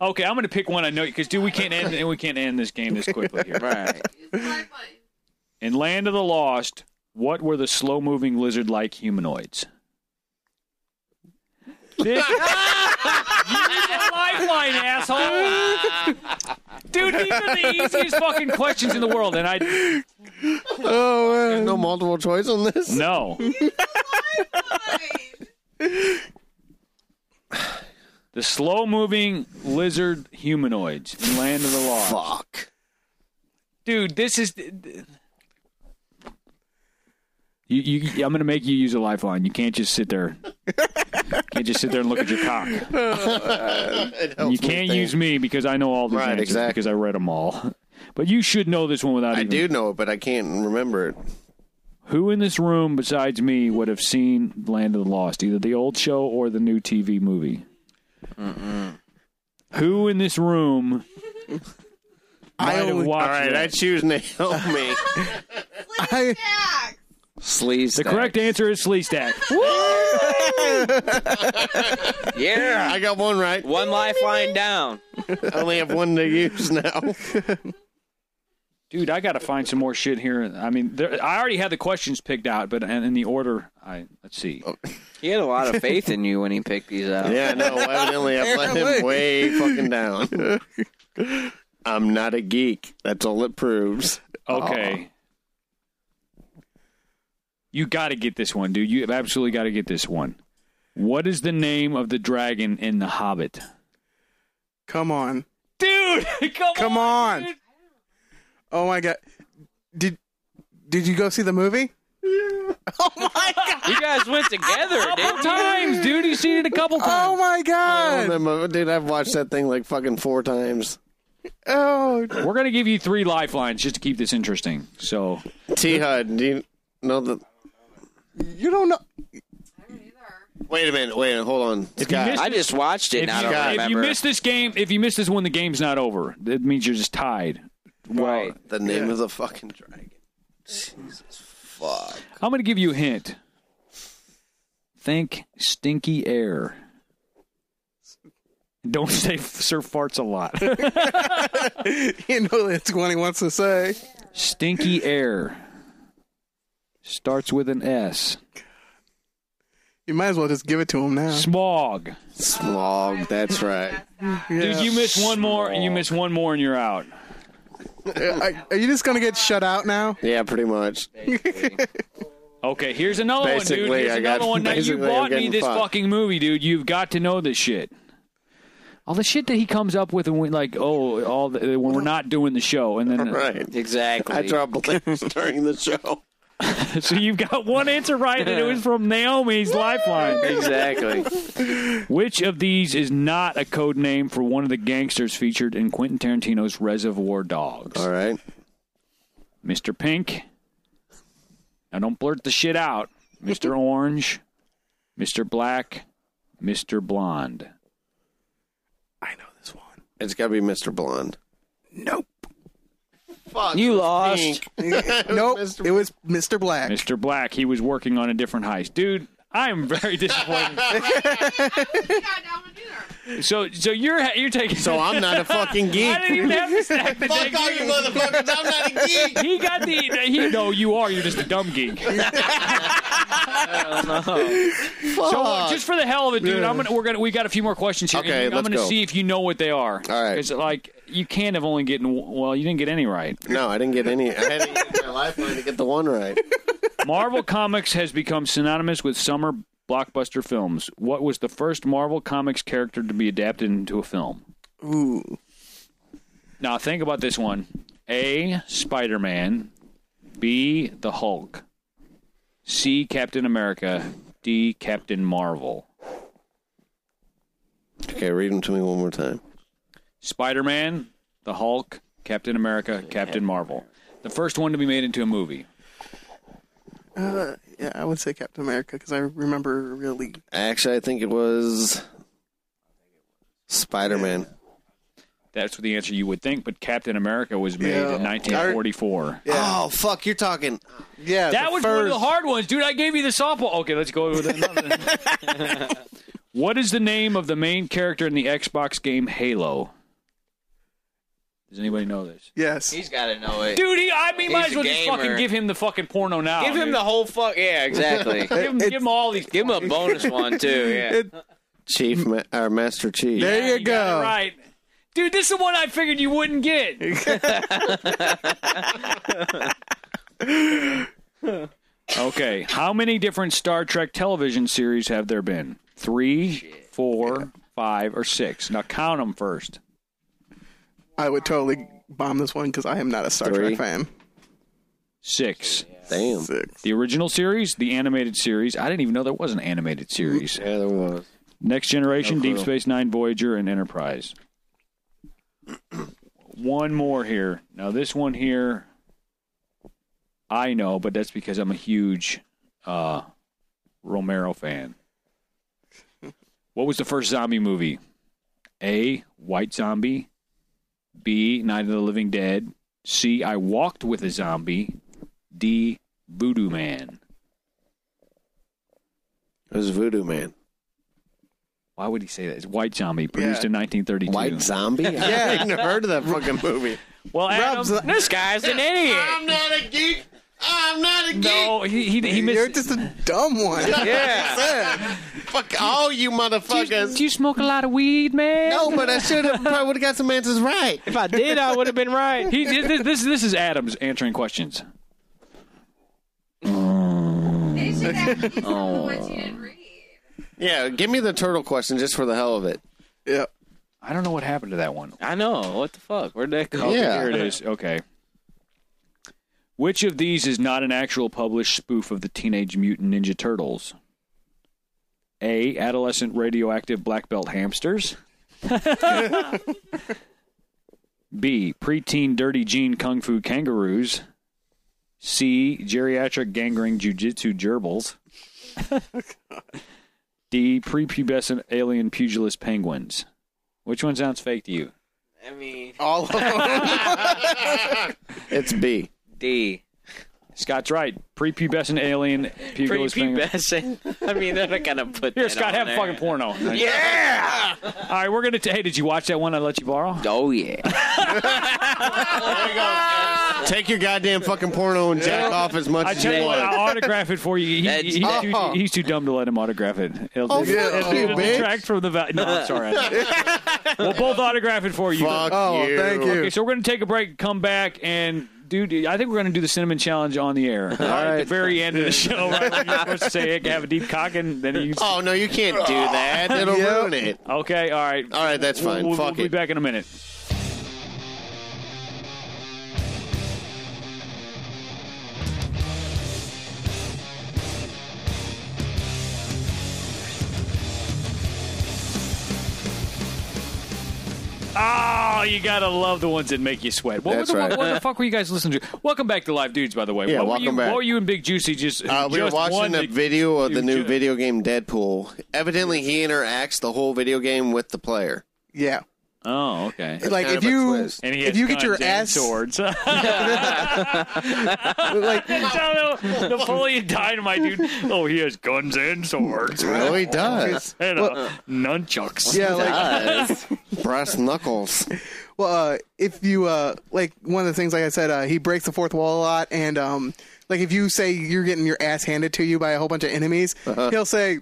Speaker 2: okay, I'm going to pick one I know because dude, we can't end we can't end this game this quickly here.
Speaker 4: right.
Speaker 6: Use the lifeline.
Speaker 2: In Land of the Lost, what were the slow-moving lizard-like humanoids? This- you need a lifeline, asshole. Dude, these are the easiest fucking questions in the world, and I
Speaker 3: Oh, There's no multiple choice on this.
Speaker 2: no. The slow-moving lizard humanoids in Land of the Lost.
Speaker 3: Fuck.
Speaker 2: Dude, this is. You, you, I'm gonna make you use a lifeline. You can't just sit there. can't just sit there and look at your cock. you can't use me because I know all the
Speaker 3: Right,
Speaker 2: answers
Speaker 3: exactly.
Speaker 2: because I read them all. But you should know this one without
Speaker 3: I
Speaker 2: even.
Speaker 3: do know it, but I can't remember it.
Speaker 2: Who in this room besides me would have seen Land of the Lost, either the old show or the new TV movie? Who in this room might
Speaker 7: I
Speaker 2: have
Speaker 7: only,
Speaker 2: watched
Speaker 3: All right,
Speaker 2: that?
Speaker 3: I choose Naomi.
Speaker 7: I,
Speaker 3: Sleaze.
Speaker 2: The correct answer is Sleestack.
Speaker 4: Yeah.
Speaker 3: I got one right.
Speaker 4: One lifeline down.
Speaker 3: I only have one to use now.
Speaker 2: Dude, I got to find some more shit here. I mean, there, I already had the questions picked out, but and in the order, I let's see.
Speaker 4: Oh, He had a lot of faith in you when he picked these out.
Speaker 3: Yeah, no, evidently I let him way fucking down. I'm not a geek. That's all it proves.
Speaker 4: uh-huh.
Speaker 2: Okay. You got to get this one, dude. You have absolutely got to get this one. What is the name of the dragon in The Hobbit?
Speaker 7: come on.
Speaker 2: Dude, come,
Speaker 7: Come on.
Speaker 2: dude.
Speaker 7: Oh my god. Did did you go see the movie?
Speaker 4: You guys went together,
Speaker 2: couple
Speaker 4: didn't you?
Speaker 2: times, dude. You've seen it a couple times.
Speaker 7: Oh my
Speaker 3: Oh,
Speaker 7: god.
Speaker 3: that mo- Dude, I've watched that thing like fucking four times.
Speaker 7: Oh,
Speaker 2: We're gonna give you three lifelines just to keep this interesting. So
Speaker 3: T HUD, do you know the.
Speaker 7: you don't know.
Speaker 3: Wait a minute, wait a minute, hold on. Scott.
Speaker 2: missed-
Speaker 4: I just watched it and I
Speaker 2: you,
Speaker 4: don't
Speaker 2: if
Speaker 4: remember.
Speaker 2: you miss this game, if you miss this one, the game's not over. That means you're just tied.
Speaker 4: right.
Speaker 3: the name of the fucking dragon. Jesus fuck.
Speaker 2: I'm gonna give you a hint. Think stinky air. Don't say f- Sir Farts a lot.
Speaker 7: You know that's what he wants to say.
Speaker 2: stinky air starts with an S.
Speaker 7: You might as well just give it to him now.
Speaker 2: Smog.
Speaker 3: Smog, that's right.
Speaker 2: Dude, you miss one more, and you miss one more, and you're out.
Speaker 7: Are, are you just gonna get shut out now?
Speaker 3: Yeah, pretty much.
Speaker 2: Okay, here's another one, dude.
Speaker 3: Basically,
Speaker 2: Here's
Speaker 3: I
Speaker 2: another
Speaker 3: got-
Speaker 2: one. Now you
Speaker 3: basically, I'm
Speaker 2: bought me
Speaker 3: getting
Speaker 2: this
Speaker 3: fucked.
Speaker 2: fucking movie, dude. You've got to know this shit. All the shit that he comes up with, and we, like, oh, all the, when we're not doing the show, and then
Speaker 3: Right.
Speaker 4: Exactly.
Speaker 3: I drop blanks during the show.
Speaker 2: so you've got one answer right, and it was from Naomi's Lifeline.
Speaker 4: Exactly.
Speaker 2: Which of these is not a code name for one of the gangsters featured in Quentin Tarantino's Reservoir Dogs?
Speaker 3: All right.
Speaker 2: Mr. Pink. Now don't blurt the shit out. Mr. Orange, Mr. Black, Mr. Blonde.
Speaker 7: I know this one.
Speaker 3: It's got to be Mr. Blonde.
Speaker 7: Nope.
Speaker 4: You lost.
Speaker 7: Nope. It was Mr. Black.
Speaker 2: Mr. Black, he was working on a different heist. Dude, I'm very disappointed. so so you're you're taking
Speaker 3: So I'm not a fucking
Speaker 2: I
Speaker 3: geek.
Speaker 2: didn't even have to stack the deck.
Speaker 3: all you motherfuckers. I'm not a geek.
Speaker 2: He got the he no, you are, you're just a dumb geek. So uh, just for the hell of it, dude, I'm gonna we're gonna we got a few more questions here.
Speaker 3: Okay,
Speaker 2: and I'm
Speaker 3: let's
Speaker 2: gonna
Speaker 3: go.
Speaker 2: see if you know what they are.
Speaker 3: All right.
Speaker 2: It's like you can't have only getting well, you didn't get any right.
Speaker 3: No, I didn't get any. I had to use my lifeline to get the one right.
Speaker 2: Marvel Comics has become synonymous with summer blockbuster films. What was the first Marvel Comics character to be adapted into a film?
Speaker 7: Ooh.
Speaker 2: Now think about this one: A. Spider Man, B. The Hulk, C. Captain America, D. Captain Marvel.
Speaker 3: Okay, read them to me one more time.
Speaker 2: Spider Man, The Hulk, Captain America, Captain Marvel. The first one to be made into a movie.
Speaker 7: Yeah, I would say Captain America because I remember really.
Speaker 3: Actually, I think it was Spider Man.
Speaker 2: That's the answer you would think, but Captain America was made
Speaker 7: Yeah.
Speaker 2: in 1944.
Speaker 3: Oh fuck! You're talking.
Speaker 7: Yeah,
Speaker 2: That
Speaker 7: the
Speaker 2: was one
Speaker 7: first.
Speaker 2: of the hard ones, dude. I gave you the softball. Okay, let's go with another. what is the name of the main character in the Xbox game Halo? Does anybody know this?
Speaker 7: Yes.
Speaker 4: He's got to know it.
Speaker 2: Dude, he, I mean, might
Speaker 4: He's
Speaker 2: as
Speaker 4: a
Speaker 2: well just
Speaker 4: gamer.
Speaker 2: fucking give him the fucking porno now.
Speaker 4: Give him
Speaker 2: dude.
Speaker 4: the whole fuck. Yeah, exactly.
Speaker 2: Give him, give him all these.
Speaker 4: Give him a bonus one too. Yeah.
Speaker 3: Chief Ma- or Master Chief.
Speaker 7: there you
Speaker 2: You got it
Speaker 7: go.
Speaker 2: right.
Speaker 8: Dude, this is the one I figured you wouldn't get.
Speaker 2: Okay, how many different Star Trek television series have there been? Three, four, five, or six? Now count them first.
Speaker 7: I would totally bomb this one because I am not a Star
Speaker 3: Three.
Speaker 7: Trek fan.
Speaker 2: Six.
Speaker 3: Damn.
Speaker 7: Six.
Speaker 2: The original series, the animated series. I didn't even know there was an animated series.
Speaker 3: Yeah, there was.
Speaker 2: Next Generation, Deep Space Nine, Voyager, and Enterprise. one more here. Now this one here, I know, but that's because I'm a huge uh, Romero fan. What was the first zombie movie? A. White Zombie. B. Night of the Living Dead. C. I Walked with a Zombie. D. Voodoo Man.
Speaker 3: It was Voodoo Man.
Speaker 2: Why would he say that? It's White Zombie, produced in 1932.
Speaker 3: White Zombie? yeah, I've never heard of that fucking movie.
Speaker 8: Well,
Speaker 7: Rob's
Speaker 8: Adam,
Speaker 7: like-
Speaker 8: this guy's an idiot.
Speaker 3: not a geek. I'm not a geek.
Speaker 2: No, he he, he
Speaker 7: You're
Speaker 2: missed.
Speaker 7: just a dumb one. yeah.
Speaker 3: Fuck all you motherfuckers.
Speaker 8: Do you smoke a lot of weed, man?
Speaker 3: no, but I should have probably would have got some answers right.
Speaker 8: If I did, I would have been right.
Speaker 2: he this this- this is Adams answering questions.
Speaker 6: They should have these oh. ones you didn't read.
Speaker 3: Yeah, give me the turtle question just for the hell of it.
Speaker 7: Yep.
Speaker 2: I don't know what happened to that one.
Speaker 4: I know. What the fuck? Where'd that go?
Speaker 2: Okay,
Speaker 3: Yeah.
Speaker 2: here it is. Okay. Which of these is not an actual published spoof of the Teenage Mutant Ninja Turtles? A. Adolescent radioactive black belt hamsters. B. Preteen dirty jean kung fu kangaroos. C. Geriatric gangrene jujitsu gerbils. D. Prepubescent alien pugilist penguins. Which one sounds fake to you?
Speaker 4: I mean,
Speaker 7: All of them.
Speaker 3: It's B.
Speaker 4: D.
Speaker 2: Scott's right. Prepubescent alien pugilist finger.
Speaker 4: I mean, they're not gonna put.
Speaker 2: Here,
Speaker 4: that
Speaker 2: Scott,
Speaker 4: on
Speaker 2: have
Speaker 4: there.
Speaker 2: a fucking porno.
Speaker 4: Yeah.
Speaker 2: All right, we're gonna. T- hey, did you watch that one I let you borrow?
Speaker 4: Oh yeah.
Speaker 3: Take your goddamn fucking porno and jack off as much
Speaker 2: I
Speaker 3: as
Speaker 2: tell
Speaker 3: you
Speaker 2: you what,
Speaker 3: want.
Speaker 2: I'll autograph it for you. He-
Speaker 4: That's-
Speaker 2: he- he's, too,
Speaker 7: Oh.
Speaker 2: he's too dumb to let him autograph it. It'll,
Speaker 3: Oh,
Speaker 2: it'll,
Speaker 7: fuck
Speaker 2: it'll-
Speaker 7: you,
Speaker 2: it'll
Speaker 7: bitch.
Speaker 2: detract from the value. No, it's all right. we'll both autograph it for you.
Speaker 3: Fuck
Speaker 7: Oh,
Speaker 3: you.
Speaker 7: thank you.
Speaker 2: Okay, so we're gonna take a break, come back, and dude, I think we're gonna do the cinnamon challenge on the air. All right. At the very end of the show, right when you're supposed to say, hey, "Have a deep cock," and then you.
Speaker 3: Oh no, you can't do that. It'll
Speaker 7: Yep.
Speaker 3: ruin it.
Speaker 2: Okay, all right.
Speaker 3: All right, that's fine.
Speaker 2: We'll, we'll
Speaker 3: Fuck
Speaker 2: be
Speaker 3: it.
Speaker 2: back in a minute. Oh, you gotta love the ones that make you sweat. What,
Speaker 3: That's
Speaker 2: the,
Speaker 3: right.
Speaker 2: what, the fuck were you guys listening to? Welcome back to Live Dudes, by the way.
Speaker 3: Yeah,
Speaker 2: what
Speaker 3: welcome
Speaker 2: were you,
Speaker 3: back.
Speaker 2: What were you and Big Juicy just?
Speaker 3: Uh, we were
Speaker 2: just one
Speaker 3: watching a
Speaker 2: that-
Speaker 3: video of the
Speaker 2: you
Speaker 3: new
Speaker 2: just-
Speaker 3: video game Deadpool. Evidently, he interacts the whole video game with the player.
Speaker 7: Yeah.
Speaker 2: Oh, okay.
Speaker 7: Like
Speaker 3: kind
Speaker 7: if
Speaker 3: of a
Speaker 7: you
Speaker 3: twist.
Speaker 2: And he
Speaker 7: if
Speaker 2: has
Speaker 7: you get
Speaker 2: guns
Speaker 7: your
Speaker 2: and
Speaker 7: ass
Speaker 2: swords.
Speaker 7: like
Speaker 2: No, no, Napoleon Dynamite, dude. Oh, he has guns and swords
Speaker 3: Oh, he does.
Speaker 2: and uh, nunchucks.
Speaker 7: yeah like
Speaker 3: Brass knuckles.
Speaker 7: well uh, if you uh like one of the things like I said uh, he breaks the fourth wall a lot and um like if you say you're getting your ass handed to you by a whole bunch of enemies he'll say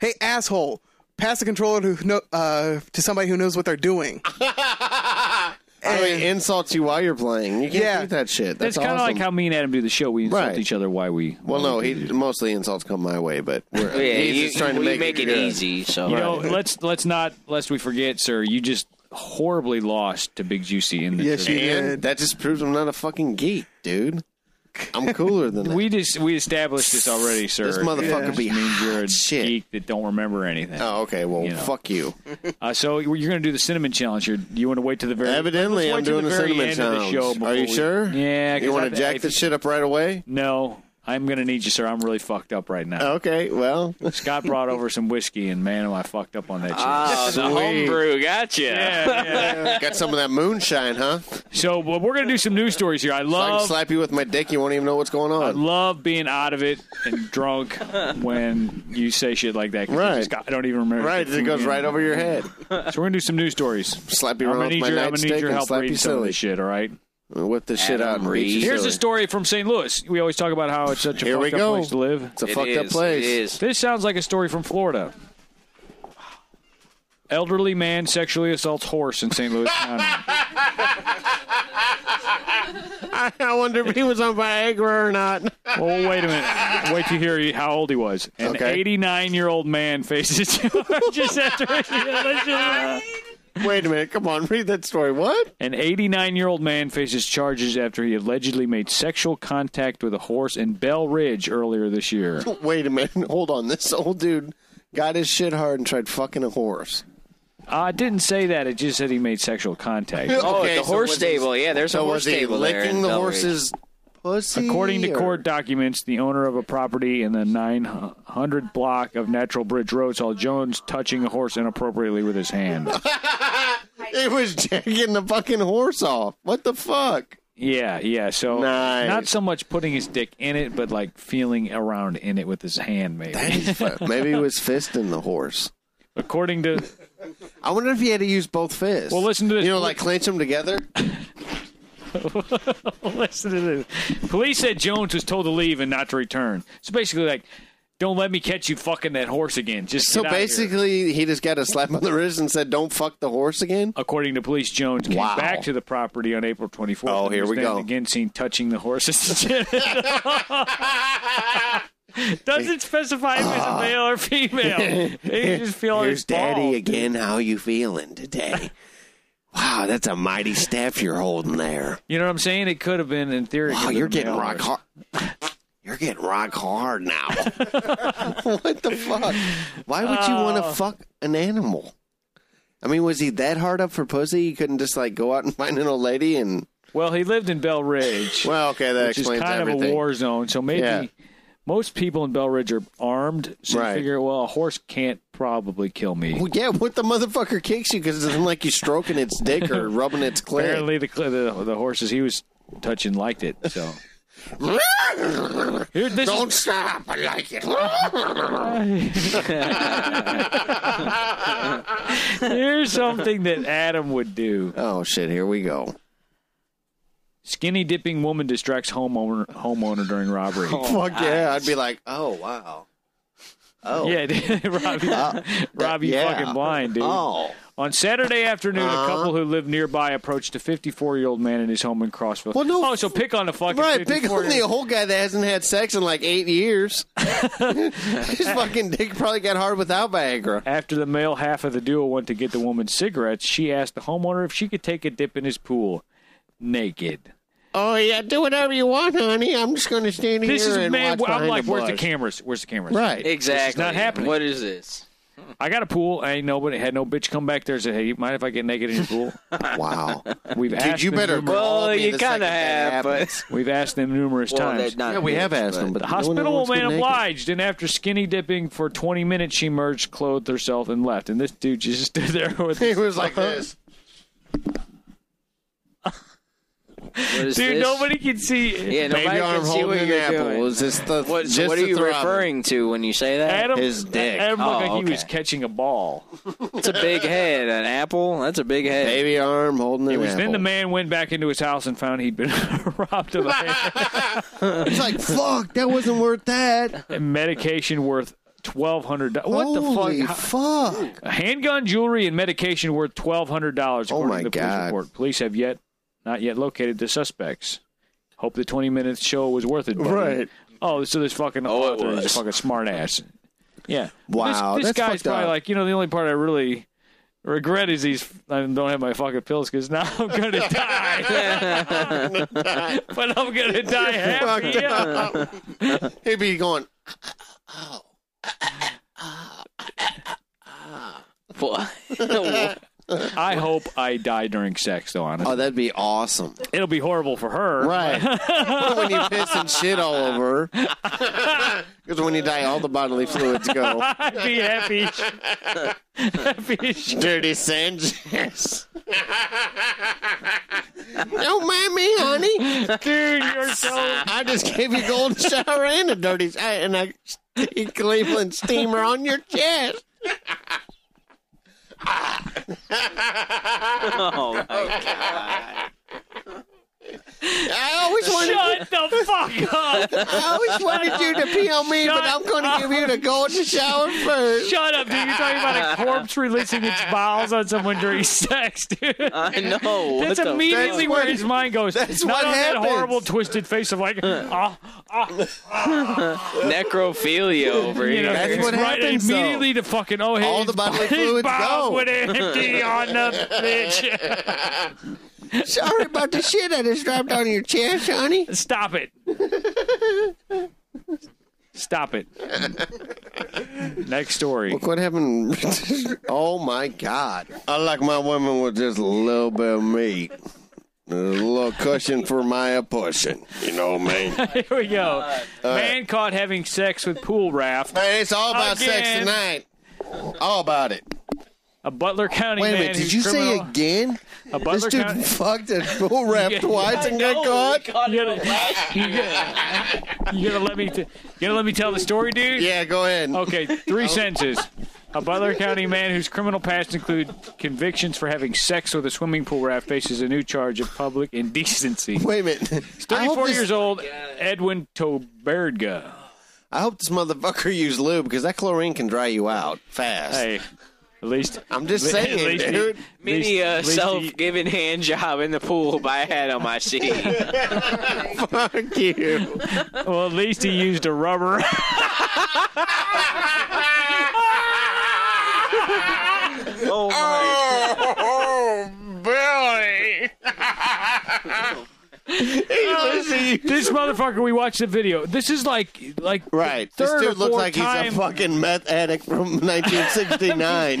Speaker 7: hey asshole pass the controller to no, uh to somebody who knows what they're doing
Speaker 3: So he insults you while you're playing. You can't
Speaker 7: Yeah.
Speaker 3: do that shit. That's
Speaker 2: That's kind of
Speaker 3: awesome.
Speaker 2: like how me and Adam do the show. We insult
Speaker 3: Right.
Speaker 2: each other why we.
Speaker 3: Well, no, he mostly insults come my way, but we're,
Speaker 4: Oh, Yeah,
Speaker 3: he's
Speaker 4: you,
Speaker 3: just trying to
Speaker 4: we
Speaker 3: make,
Speaker 4: it
Speaker 3: good.
Speaker 4: easy. So
Speaker 2: You know, let's let's not lest we forget, sir. You just horribly lost to Big Juicy in the.
Speaker 7: Yes, you-
Speaker 2: tournament.
Speaker 7: Yeah.
Speaker 3: And that just proves I'm not a fucking geek, dude. I'm cooler than that.
Speaker 2: We just we established this already, sir.
Speaker 3: This motherfucker
Speaker 2: It
Speaker 3: be
Speaker 2: means you're a
Speaker 3: hot shit.
Speaker 2: geek that don't remember anything.
Speaker 3: oh, okay. Well,
Speaker 2: You know.
Speaker 3: fuck you.
Speaker 2: Uh, so you're going to do the cinnamon challenge. You're, you want to wait to the very
Speaker 3: Evidently,
Speaker 2: let's wait
Speaker 3: I'm
Speaker 2: to
Speaker 3: doing
Speaker 2: the
Speaker 3: the
Speaker 2: very
Speaker 3: cinnamon
Speaker 2: end of the
Speaker 3: challenge.
Speaker 2: show
Speaker 3: Are
Speaker 2: before
Speaker 3: you
Speaker 2: we-
Speaker 3: sure?
Speaker 2: Yeah, 'cause
Speaker 3: You
Speaker 2: I-
Speaker 3: want to
Speaker 2: I-
Speaker 3: jack this shit up right away?
Speaker 2: No, I'm going to need you, sir. I'm really fucked up right now.
Speaker 3: Okay. Well,
Speaker 2: Scott brought over some whiskey, and man, am I fucked up on that shit.
Speaker 3: Ah,
Speaker 4: Oh, the homebrew, gotcha.
Speaker 2: yeah, yeah.
Speaker 3: got some of that moonshine, huh? So
Speaker 2: So well, we're gonna do some news stories here. I
Speaker 3: I can
Speaker 2: love,
Speaker 3: slap you with my dick. You won't even know what's going
Speaker 2: Um, I
Speaker 3: on.
Speaker 2: love being out of it and drunk when you say shit like that. 'cause you
Speaker 3: Right.
Speaker 2: just got- I don't even remember.
Speaker 3: Right, it goes right over your head.
Speaker 2: So we're gonna do some news stories.
Speaker 3: Slap you
Speaker 2: I'm gonna
Speaker 3: around with
Speaker 2: need
Speaker 3: my
Speaker 2: your, I'm gonna need
Speaker 3: nightstick
Speaker 2: your
Speaker 3: and
Speaker 2: help
Speaker 3: slap you
Speaker 2: reading some of
Speaker 3: silly.
Speaker 2: this shit. All right.
Speaker 3: I'll Whip this shit
Speaker 4: Adam
Speaker 3: out and beat you
Speaker 4: Reed.
Speaker 2: Here's
Speaker 3: silly.
Speaker 2: a story from St. Louis. We always talk about how it's such a
Speaker 3: Here
Speaker 2: fucked
Speaker 3: we
Speaker 2: up
Speaker 3: go.
Speaker 2: place to live.
Speaker 3: It's a
Speaker 4: It
Speaker 3: fucked up
Speaker 4: is,
Speaker 3: place.
Speaker 4: It is.
Speaker 2: This sounds like a story from Florida. Elderly man sexually assaults horse in St. Louis County.
Speaker 3: I, I wonder if he was on Viagra or not.
Speaker 2: Well, wait a minute. Wait to hear how old he was. An
Speaker 3: Okay.
Speaker 2: 89 year old man faces charges after
Speaker 3: Wait a minute. Come on, read that story. What?
Speaker 2: An 89 year old man faces charges after he allegedly made sexual contact with a horse in Bell Ridge earlier this year.
Speaker 3: Wait a minute. Hold on. This old dude got his shit hard and tried fucking a horse.
Speaker 2: I didn't say that. It just said he made sexual contact.
Speaker 4: Oh,
Speaker 3: Okay,
Speaker 4: at the
Speaker 3: so
Speaker 4: horse
Speaker 3: was he-
Speaker 4: stable. Yeah, there's a
Speaker 3: So
Speaker 4: horse
Speaker 3: was he
Speaker 4: stable there.
Speaker 3: licking
Speaker 4: in
Speaker 3: the
Speaker 4: Belridge.
Speaker 3: horse's pussy?
Speaker 2: According to
Speaker 3: or-
Speaker 2: court documents, the owner of a property in the 900 block of Natural Bridge Road saw Jones touching a horse inappropriately with his hand.
Speaker 3: It was jacking the fucking horse off. What the fuck?
Speaker 2: Yeah, yeah. So
Speaker 3: Nice.
Speaker 2: not so much putting his dick in it, but like feeling around in it with his hand, maybe.
Speaker 3: Maybe he was fisting the horse.
Speaker 2: According to
Speaker 3: I wonder if he had to use both fists.
Speaker 2: Well, listen to this.
Speaker 3: You know, like clench them together.
Speaker 2: listen to this, police said Jones was told to leave and not to return. So basically, like, don't let me catch you fucking that horse again. Just
Speaker 3: So
Speaker 2: get out of here."
Speaker 3: basically, he just got a slap on the wrist and said, "Don't fuck the horse again."
Speaker 2: According to police, Jones came
Speaker 3: Wow.
Speaker 2: back to the property on April 24th.
Speaker 3: Oh,
Speaker 2: and
Speaker 3: here
Speaker 2: was
Speaker 3: we
Speaker 2: then
Speaker 3: go.
Speaker 2: Again, seen touching the horse's genital. Doesn't specify if it's a male or female. They just feel
Speaker 3: Here's
Speaker 2: his
Speaker 3: daddy
Speaker 2: balls.
Speaker 3: again. How you feeling today? wow, that's a mighty staff you're holding there.
Speaker 2: You know what I'm saying? It could have been in theory. it could
Speaker 3: Wow,
Speaker 2: have
Speaker 3: you're
Speaker 2: been a
Speaker 3: getting
Speaker 2: male
Speaker 3: rock
Speaker 2: horse.
Speaker 3: hard. You're getting rock hard now. what the fuck? Why would you want to fuck an animal? I mean, was he that hard up for pussy? He couldn't just like go out and find an old lady and
Speaker 2: Well, he lived in Bell Ridge,
Speaker 3: well, okay, that
Speaker 2: which is
Speaker 3: explains
Speaker 2: kind
Speaker 3: everything.
Speaker 2: of a war zone. So maybe
Speaker 3: Yeah.
Speaker 2: most people in Bell Ridge are armed. So you
Speaker 3: Right.
Speaker 2: figure, well, a horse can't probably kill me.
Speaker 3: Well, yeah, what the motherfucker kicks you because it doesn't like you stroking its dick or rubbing its clit.
Speaker 2: Apparently, the, the the horses he was touching liked it. So Here, this is-
Speaker 3: Don't stop! I like it.
Speaker 2: Here's something that Adam would do.
Speaker 3: oh shit! Here we go.
Speaker 2: Skinny dipping woman distracts homeowner homeowner during robbery.
Speaker 3: Fuck yeah! I'd be like, oh wow, oh Uh,
Speaker 2: Yeah, Rob, you- Rob, you
Speaker 3: yeah.
Speaker 2: fucking blind, dude.
Speaker 3: oh. Uh-huh.
Speaker 2: On Saturday afternoon, a couple who lived nearby approached a 54 year old man in his home in Crossville.
Speaker 3: Well, no-
Speaker 2: oh, so pick on the fucking
Speaker 3: Right, pick on
Speaker 2: 54-year-old.
Speaker 3: the old guy that hasn't had sex in like eight years. His fucking dick probably got hard without Viagra.
Speaker 2: After the male half of the duo went to get the woman cigarettes, she asked the homeowner if she could take a dip in his pool naked.
Speaker 3: Oh yeah, do whatever you want, honey. I'm just going to stand
Speaker 2: This
Speaker 3: here
Speaker 2: is
Speaker 3: and
Speaker 2: man.
Speaker 3: watch
Speaker 2: I'm
Speaker 3: behind
Speaker 2: like,
Speaker 3: the
Speaker 2: where's the
Speaker 3: bars."
Speaker 2: cameras? Where's the cameras?
Speaker 3: Right.
Speaker 4: Exactly.
Speaker 2: not happening.
Speaker 4: What is this?
Speaker 2: I got a pool. I ain't nobody had no bitch come back there and say, "Hey, you mind if I get naked in your pool?"
Speaker 3: Wow,
Speaker 2: We've
Speaker 3: dude,
Speaker 2: asked
Speaker 3: you
Speaker 2: them
Speaker 3: better.
Speaker 2: numerous-
Speaker 3: call
Speaker 4: Well,
Speaker 3: me
Speaker 4: Oh, you
Speaker 3: the
Speaker 4: kinda
Speaker 3: second that
Speaker 4: have,
Speaker 3: happens.
Speaker 2: We've asked them numerous
Speaker 4: Well,
Speaker 2: times.
Speaker 4: that, not
Speaker 3: Yeah, we have asked them, but
Speaker 2: The
Speaker 3: no one
Speaker 2: hospitable
Speaker 3: wants to
Speaker 2: man
Speaker 3: get naked.
Speaker 2: obliged, and after skinny dipping for 20 minutes, she emerged, clothed herself, and left. And this dude just stood there with.
Speaker 3: He was like
Speaker 4: Uh-huh.
Speaker 3: this.
Speaker 4: What is
Speaker 2: Dude,
Speaker 4: this?
Speaker 2: nobody can see.
Speaker 4: Yeah, nobody
Speaker 3: Baby
Speaker 4: can
Speaker 3: arm
Speaker 4: see
Speaker 3: holding
Speaker 4: what
Speaker 3: an
Speaker 4: you're
Speaker 3: apple.
Speaker 4: doing.
Speaker 3: Is this the
Speaker 4: What,
Speaker 3: just
Speaker 4: what are
Speaker 3: the
Speaker 4: you
Speaker 3: throbbing?
Speaker 4: referring to when you say that?
Speaker 2: Adam,
Speaker 3: His dick.
Speaker 2: Adam looked
Speaker 4: Oh,
Speaker 2: like he was
Speaker 4: okay.
Speaker 2: catching a ball.
Speaker 4: That's a big head. An apple? That's a big head.
Speaker 3: Baby arm holding an
Speaker 2: It was
Speaker 3: apple.
Speaker 2: then the man went back into his house and found he'd been robbed of a
Speaker 3: It's like fuck. That wasn't worth that.
Speaker 2: medication worth twelve hundred dollars. What
Speaker 3: Holy
Speaker 2: the fuck?
Speaker 3: fuck?
Speaker 2: Handgun, jewelry, and medication worth twelve hundred dollars.
Speaker 3: Oh,
Speaker 2: According
Speaker 3: my
Speaker 2: to the
Speaker 3: God.
Speaker 2: police report, police have yet not yet located the suspects. Hope the twenty minutes show was worth it. buddy.
Speaker 3: Right.
Speaker 2: Oh, so this fucking
Speaker 4: Oh, it
Speaker 2: author is a
Speaker 4: was.
Speaker 2: fucking smart ass. Yeah.
Speaker 3: Wow,
Speaker 2: This, this
Speaker 3: that's
Speaker 2: guy's
Speaker 3: fucked
Speaker 2: probably
Speaker 3: up.
Speaker 2: like, you know, the only part I really regret is these. I don't have my fucking pills because now I'm gonna die. but I'm gonna die happy.
Speaker 3: fucked
Speaker 2: Yeah.
Speaker 3: He'd be going.
Speaker 4: Oh,
Speaker 2: I hope I die during sex, though. Honestly,
Speaker 3: Oh, that'd be awesome.
Speaker 2: it'll be horrible for her.
Speaker 3: Right. when you piss and shit all over. Because when you die, all the bodily fluids go.
Speaker 2: I'd be happy. happy as shit.
Speaker 3: Dirty Sanchez. Don't mind me, honey.
Speaker 2: dude. You're so.
Speaker 3: I just gave you a golden shower and a dirty I- and a Steve Cleveland steamer on your chest.
Speaker 4: oh, my God.
Speaker 3: I always wanted.
Speaker 2: Shut the fuck fuck up.
Speaker 3: I always wanted you to pee on me,
Speaker 2: Shut
Speaker 3: but I'm going to give you the golden shower first.
Speaker 2: Shut up, dude. You're talking about a corpse releasing its bowels on someone during sex, dude.
Speaker 3: Uh,
Speaker 4: I know.
Speaker 2: That's
Speaker 4: what the-
Speaker 2: immediately
Speaker 3: That's
Speaker 2: where
Speaker 3: what-
Speaker 2: his mind goes.
Speaker 3: that's
Speaker 2: Not
Speaker 3: what
Speaker 2: on
Speaker 3: happens.
Speaker 2: that horrible twisted face of like, ah,
Speaker 4: necrophilia over
Speaker 2: you know,
Speaker 4: here.
Speaker 3: That's
Speaker 2: it's
Speaker 3: what
Speaker 2: right
Speaker 3: happens, though.
Speaker 2: immediately to fucking oh, hey,
Speaker 3: All the
Speaker 2: his
Speaker 3: bodily
Speaker 2: his
Speaker 3: fluids
Speaker 2: bowels
Speaker 3: go.
Speaker 2: went empty on the bitch.
Speaker 3: Sorry about the shit I just dropped on your chest, honey.
Speaker 2: Stop it. Stop it. Next story.
Speaker 3: Look what happened. oh my God. I like my women with just a little bit of meat. A little cushion for my pushing. You know what I mean?
Speaker 2: Here we go.
Speaker 4: Uh,
Speaker 2: Man caught having sex with pool raft.
Speaker 3: Man, it's all about sex
Speaker 2: Again.
Speaker 3: tonight. All about it.
Speaker 2: A Butler County
Speaker 3: Wait a
Speaker 2: man.
Speaker 3: minute. Did
Speaker 2: who's
Speaker 3: you say
Speaker 2: criminal-
Speaker 3: again?
Speaker 2: a
Speaker 3: This
Speaker 2: Butler
Speaker 3: dude
Speaker 2: County?
Speaker 3: fucked a bull rap
Speaker 2: Yeah. Oh,
Speaker 3: twice and got caught?
Speaker 2: You gotta, you gotta, you gotta let me. T- you gotta let me tell the story, dude.
Speaker 3: Yeah, go ahead.
Speaker 2: Okay, three sentences. A Butler County man whose criminal past include convictions for having sex with a swimming pool raft faces a new charge of public indecency.
Speaker 3: Wait a minute. I hope
Speaker 2: 34
Speaker 3: this-
Speaker 2: years old, Edwin Toberga.
Speaker 3: I hope this motherfucker used lube because that chlorine can dry you out fast.
Speaker 2: Hey, at least
Speaker 3: I'm just saying,
Speaker 2: at least he-
Speaker 3: dude.
Speaker 4: Many uh,
Speaker 2: at least he-
Speaker 4: self-given hand job in the pool by head on my seat.
Speaker 3: Fuck you.
Speaker 2: Well, at least he used a rubber.
Speaker 4: oh my!
Speaker 2: this motherfucker, we watched the video. This is like, like
Speaker 3: Right.
Speaker 2: the
Speaker 3: This
Speaker 2: third or
Speaker 3: dude looks
Speaker 2: fourth
Speaker 3: like
Speaker 2: time,
Speaker 3: he's a fucking meth addict from 1969.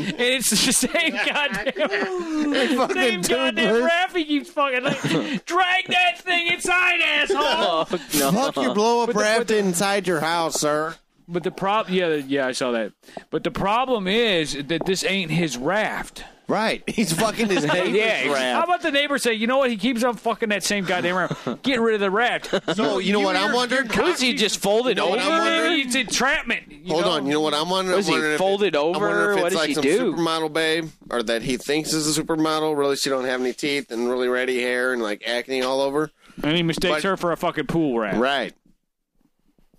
Speaker 2: and it's the same goddamn.
Speaker 3: fucking
Speaker 2: Same goddamn
Speaker 3: tubeless.
Speaker 2: raft he keeps fucking like, drag that thing inside, asshole.
Speaker 4: Oh, no.
Speaker 3: Fuck your blow up
Speaker 2: With the- with
Speaker 3: raft
Speaker 2: the-
Speaker 3: inside your house, sir.
Speaker 2: But the problem, yeah, yeah, I saw that. But the problem is that this ain't his raft.
Speaker 3: Right. He's fucking his neighbor's
Speaker 4: Yeah,
Speaker 2: How
Speaker 3: raft.
Speaker 2: about the neighbor say, you know what? He keeps on fucking that same goddamn raft. Get rid of the raft.
Speaker 3: No, Oh, you know what I'm wondering?
Speaker 4: Was he just folded
Speaker 3: know
Speaker 4: over?
Speaker 3: what I'm wondering?
Speaker 2: It's entrapment. you
Speaker 3: Hold
Speaker 2: know?
Speaker 3: on. You know what I'm wondering?
Speaker 4: Was he
Speaker 3: wondering if
Speaker 4: folded
Speaker 3: it- I
Speaker 4: over?
Speaker 3: wonder if
Speaker 4: What
Speaker 3: it's
Speaker 4: did
Speaker 3: like
Speaker 4: she
Speaker 3: some
Speaker 4: do?
Speaker 3: supermodel babe, or that he thinks is a supermodel. Really, she don't have any teeth and really ratty hair and like acne all over.
Speaker 2: And he mistakes
Speaker 3: But-
Speaker 2: her for a fucking pool raft.
Speaker 3: Right.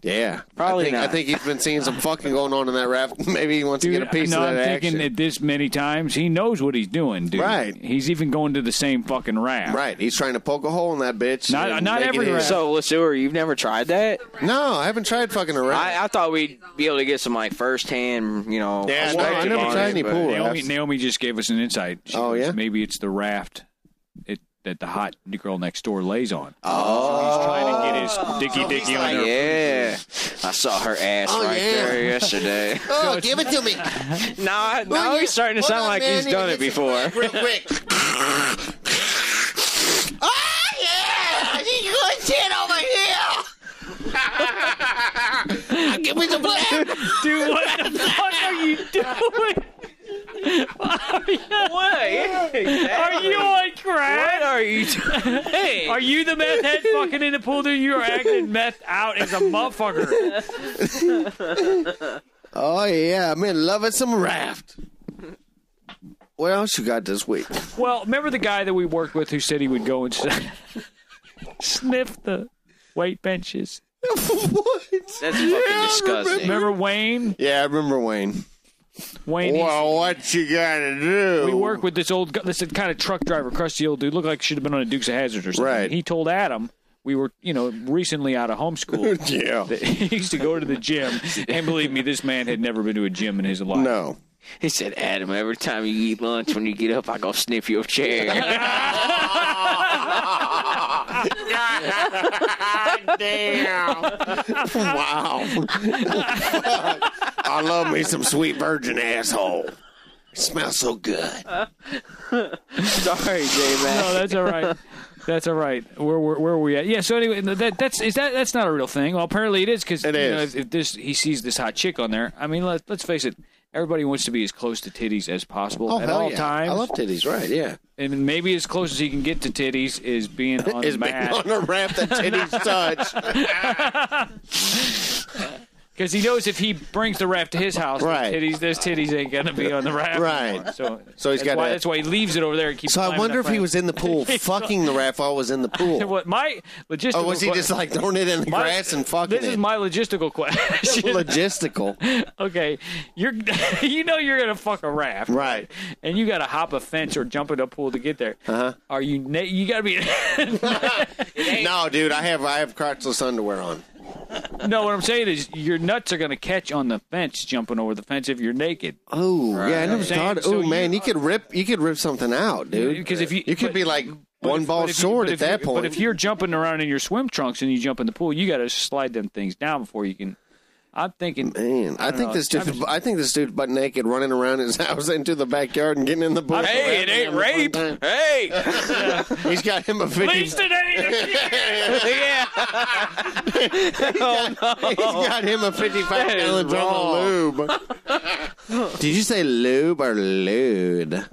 Speaker 3: Yeah.
Speaker 4: Probably
Speaker 3: I think,
Speaker 4: not.
Speaker 3: I think he's been seeing some fucking going on in that raft. Maybe he wants to
Speaker 2: Dude,
Speaker 3: get a piece
Speaker 2: no,
Speaker 3: of that
Speaker 2: I'm
Speaker 3: action.
Speaker 2: thinking that this many times he knows what he's doing, dude.
Speaker 3: Right.
Speaker 2: He's even going to the same fucking raft.
Speaker 3: right. He's trying to poke a hole in that bitch.
Speaker 2: Not-
Speaker 3: and
Speaker 2: not
Speaker 3: make it
Speaker 2: every
Speaker 3: his.
Speaker 2: raft.
Speaker 4: So, Lasur, you've never tried that?
Speaker 3: No, I haven't tried fucking a raft.
Speaker 4: I, I thought we'd be able to get some like firsthand, you know.
Speaker 3: Yeah, no,
Speaker 4: perspective
Speaker 3: I never
Speaker 4: on
Speaker 3: tried
Speaker 4: it,
Speaker 3: any
Speaker 4: but-
Speaker 3: pool.
Speaker 2: Naomi,
Speaker 3: rafts.
Speaker 2: Naomi just gave us an insight. She
Speaker 3: Oh,
Speaker 2: goes,
Speaker 3: yeah?
Speaker 2: maybe it's the raft it, that the hot girl next door lays on.
Speaker 3: Ah.
Speaker 2: Oh, he's trying to get his dicky dicky on her.
Speaker 4: Yeah, I saw her ass
Speaker 3: Oh,
Speaker 4: right
Speaker 3: yeah.
Speaker 4: there yesterday.
Speaker 3: oh, give it to me.
Speaker 4: now, now he's starting to sound like he's done it before.
Speaker 3: Real quick. oh yeah! You good shit over here. Give me some black.
Speaker 2: Dude, what the fuck are you doing?
Speaker 4: What?
Speaker 2: Are you on crack?
Speaker 4: What are you doing?
Speaker 2: Are you the meth head fucking in the pool, dude? You're acting meth out as a motherfucker.
Speaker 3: Oh yeah, I'm in love with some raft. What else you got this week?
Speaker 2: Well, remember the guy that we worked with who said he would go and s- sniff the weight benches?
Speaker 3: what?
Speaker 4: That's fucking disgusting.
Speaker 2: Remember Wayne?
Speaker 3: Yeah, I remember Wayne.
Speaker 2: Wayne. he-
Speaker 3: what you gotta do?
Speaker 2: we worked with this old, gu- this kind of truck driver, crusty old dude. Looked like should have been on a Dukes of Hazard or something.
Speaker 3: Right.
Speaker 2: He told Adam we were, you know, recently out of homeschool.
Speaker 3: Yeah.
Speaker 2: that he used to go to the gym, and believe me, this man had never been to a gym in his life.
Speaker 3: No.
Speaker 4: He said, Adam, every time you eat lunch, when you get up, I go sniff your chair.
Speaker 3: Damn. wow. Fuck. I love me some sweet virgin asshole. It smells so good.
Speaker 4: Sorry, J
Speaker 2: No,
Speaker 4: Man.
Speaker 2: that's all right. That's all right. Where, where where are we at? Yeah. So anyway, that that's is that that's not a real thing. Well, apparently it is because you
Speaker 3: It
Speaker 2: know
Speaker 3: is.
Speaker 2: if, if this he sees this hot chick on there. I mean, let, let's face it. Everybody wants to be as close to titties as possible at all times,
Speaker 3: Oh, I love titties, right? Yeah.
Speaker 2: and maybe as close as he can get to titties is being on
Speaker 3: Is
Speaker 2: the mat.
Speaker 3: on a raft that titties touch.
Speaker 8: Because he knows if he brings the raft to his house, those
Speaker 3: Right.
Speaker 8: titties, those titties ain't gonna be on the raft.
Speaker 3: Right.
Speaker 8: anymore. So,
Speaker 3: So he's
Speaker 8: that's
Speaker 3: got
Speaker 8: why,
Speaker 3: that-
Speaker 8: that's why he leaves it over there and keeps.
Speaker 3: So I
Speaker 8: climbing
Speaker 3: wonder
Speaker 8: up
Speaker 3: if he
Speaker 8: raft.
Speaker 3: was in the pool fucking the raft while I was in the pool.
Speaker 8: What my logistical?
Speaker 3: Or Oh, was he just like throwing it in the
Speaker 8: My-
Speaker 3: grass and fucking
Speaker 8: This is
Speaker 3: it?
Speaker 8: my logistical question.
Speaker 3: Logistical.
Speaker 8: okay, you're you know you're gonna fuck a raft,
Speaker 3: Right.
Speaker 8: And you gotta hop a fence or jump in a pool to get there. Uh-huh. Are you? Na- you gotta be.
Speaker 3: No, dude, I have I have crotchless underwear on.
Speaker 8: no, what I'm saying is your nuts are gonna catch on the fence jumping over the fence if you're naked.
Speaker 3: Oh, yeah, I never
Speaker 8: Right.
Speaker 3: thought.
Speaker 8: So
Speaker 3: Oh
Speaker 8: you-
Speaker 3: man, you could rip you could rip something out, dude.
Speaker 8: 'Cause if you-
Speaker 3: you could
Speaker 8: but-
Speaker 3: be like
Speaker 8: But
Speaker 3: one
Speaker 8: if-
Speaker 3: ball
Speaker 8: but if you-
Speaker 3: short
Speaker 8: but
Speaker 3: at
Speaker 8: if you-
Speaker 3: that point.
Speaker 8: But if you're jumping around in your swim trunks and you jump in the pool, you gotta slide them things down before you can. I'm thinking.
Speaker 3: Man, I,
Speaker 8: don't
Speaker 3: think
Speaker 8: know.
Speaker 3: this
Speaker 8: I'm
Speaker 3: dude. I think this dude's butt naked, running around his house into the backyard and getting in the pool.
Speaker 4: Hey, it ain't rape. Hey,
Speaker 3: He's got him a video.
Speaker 8: Least it ain't.
Speaker 4: yeah.
Speaker 3: He's got him a fifty-five
Speaker 8: That is
Speaker 3: gallon drum of lube. Did you say lube or lewd?
Speaker 8: At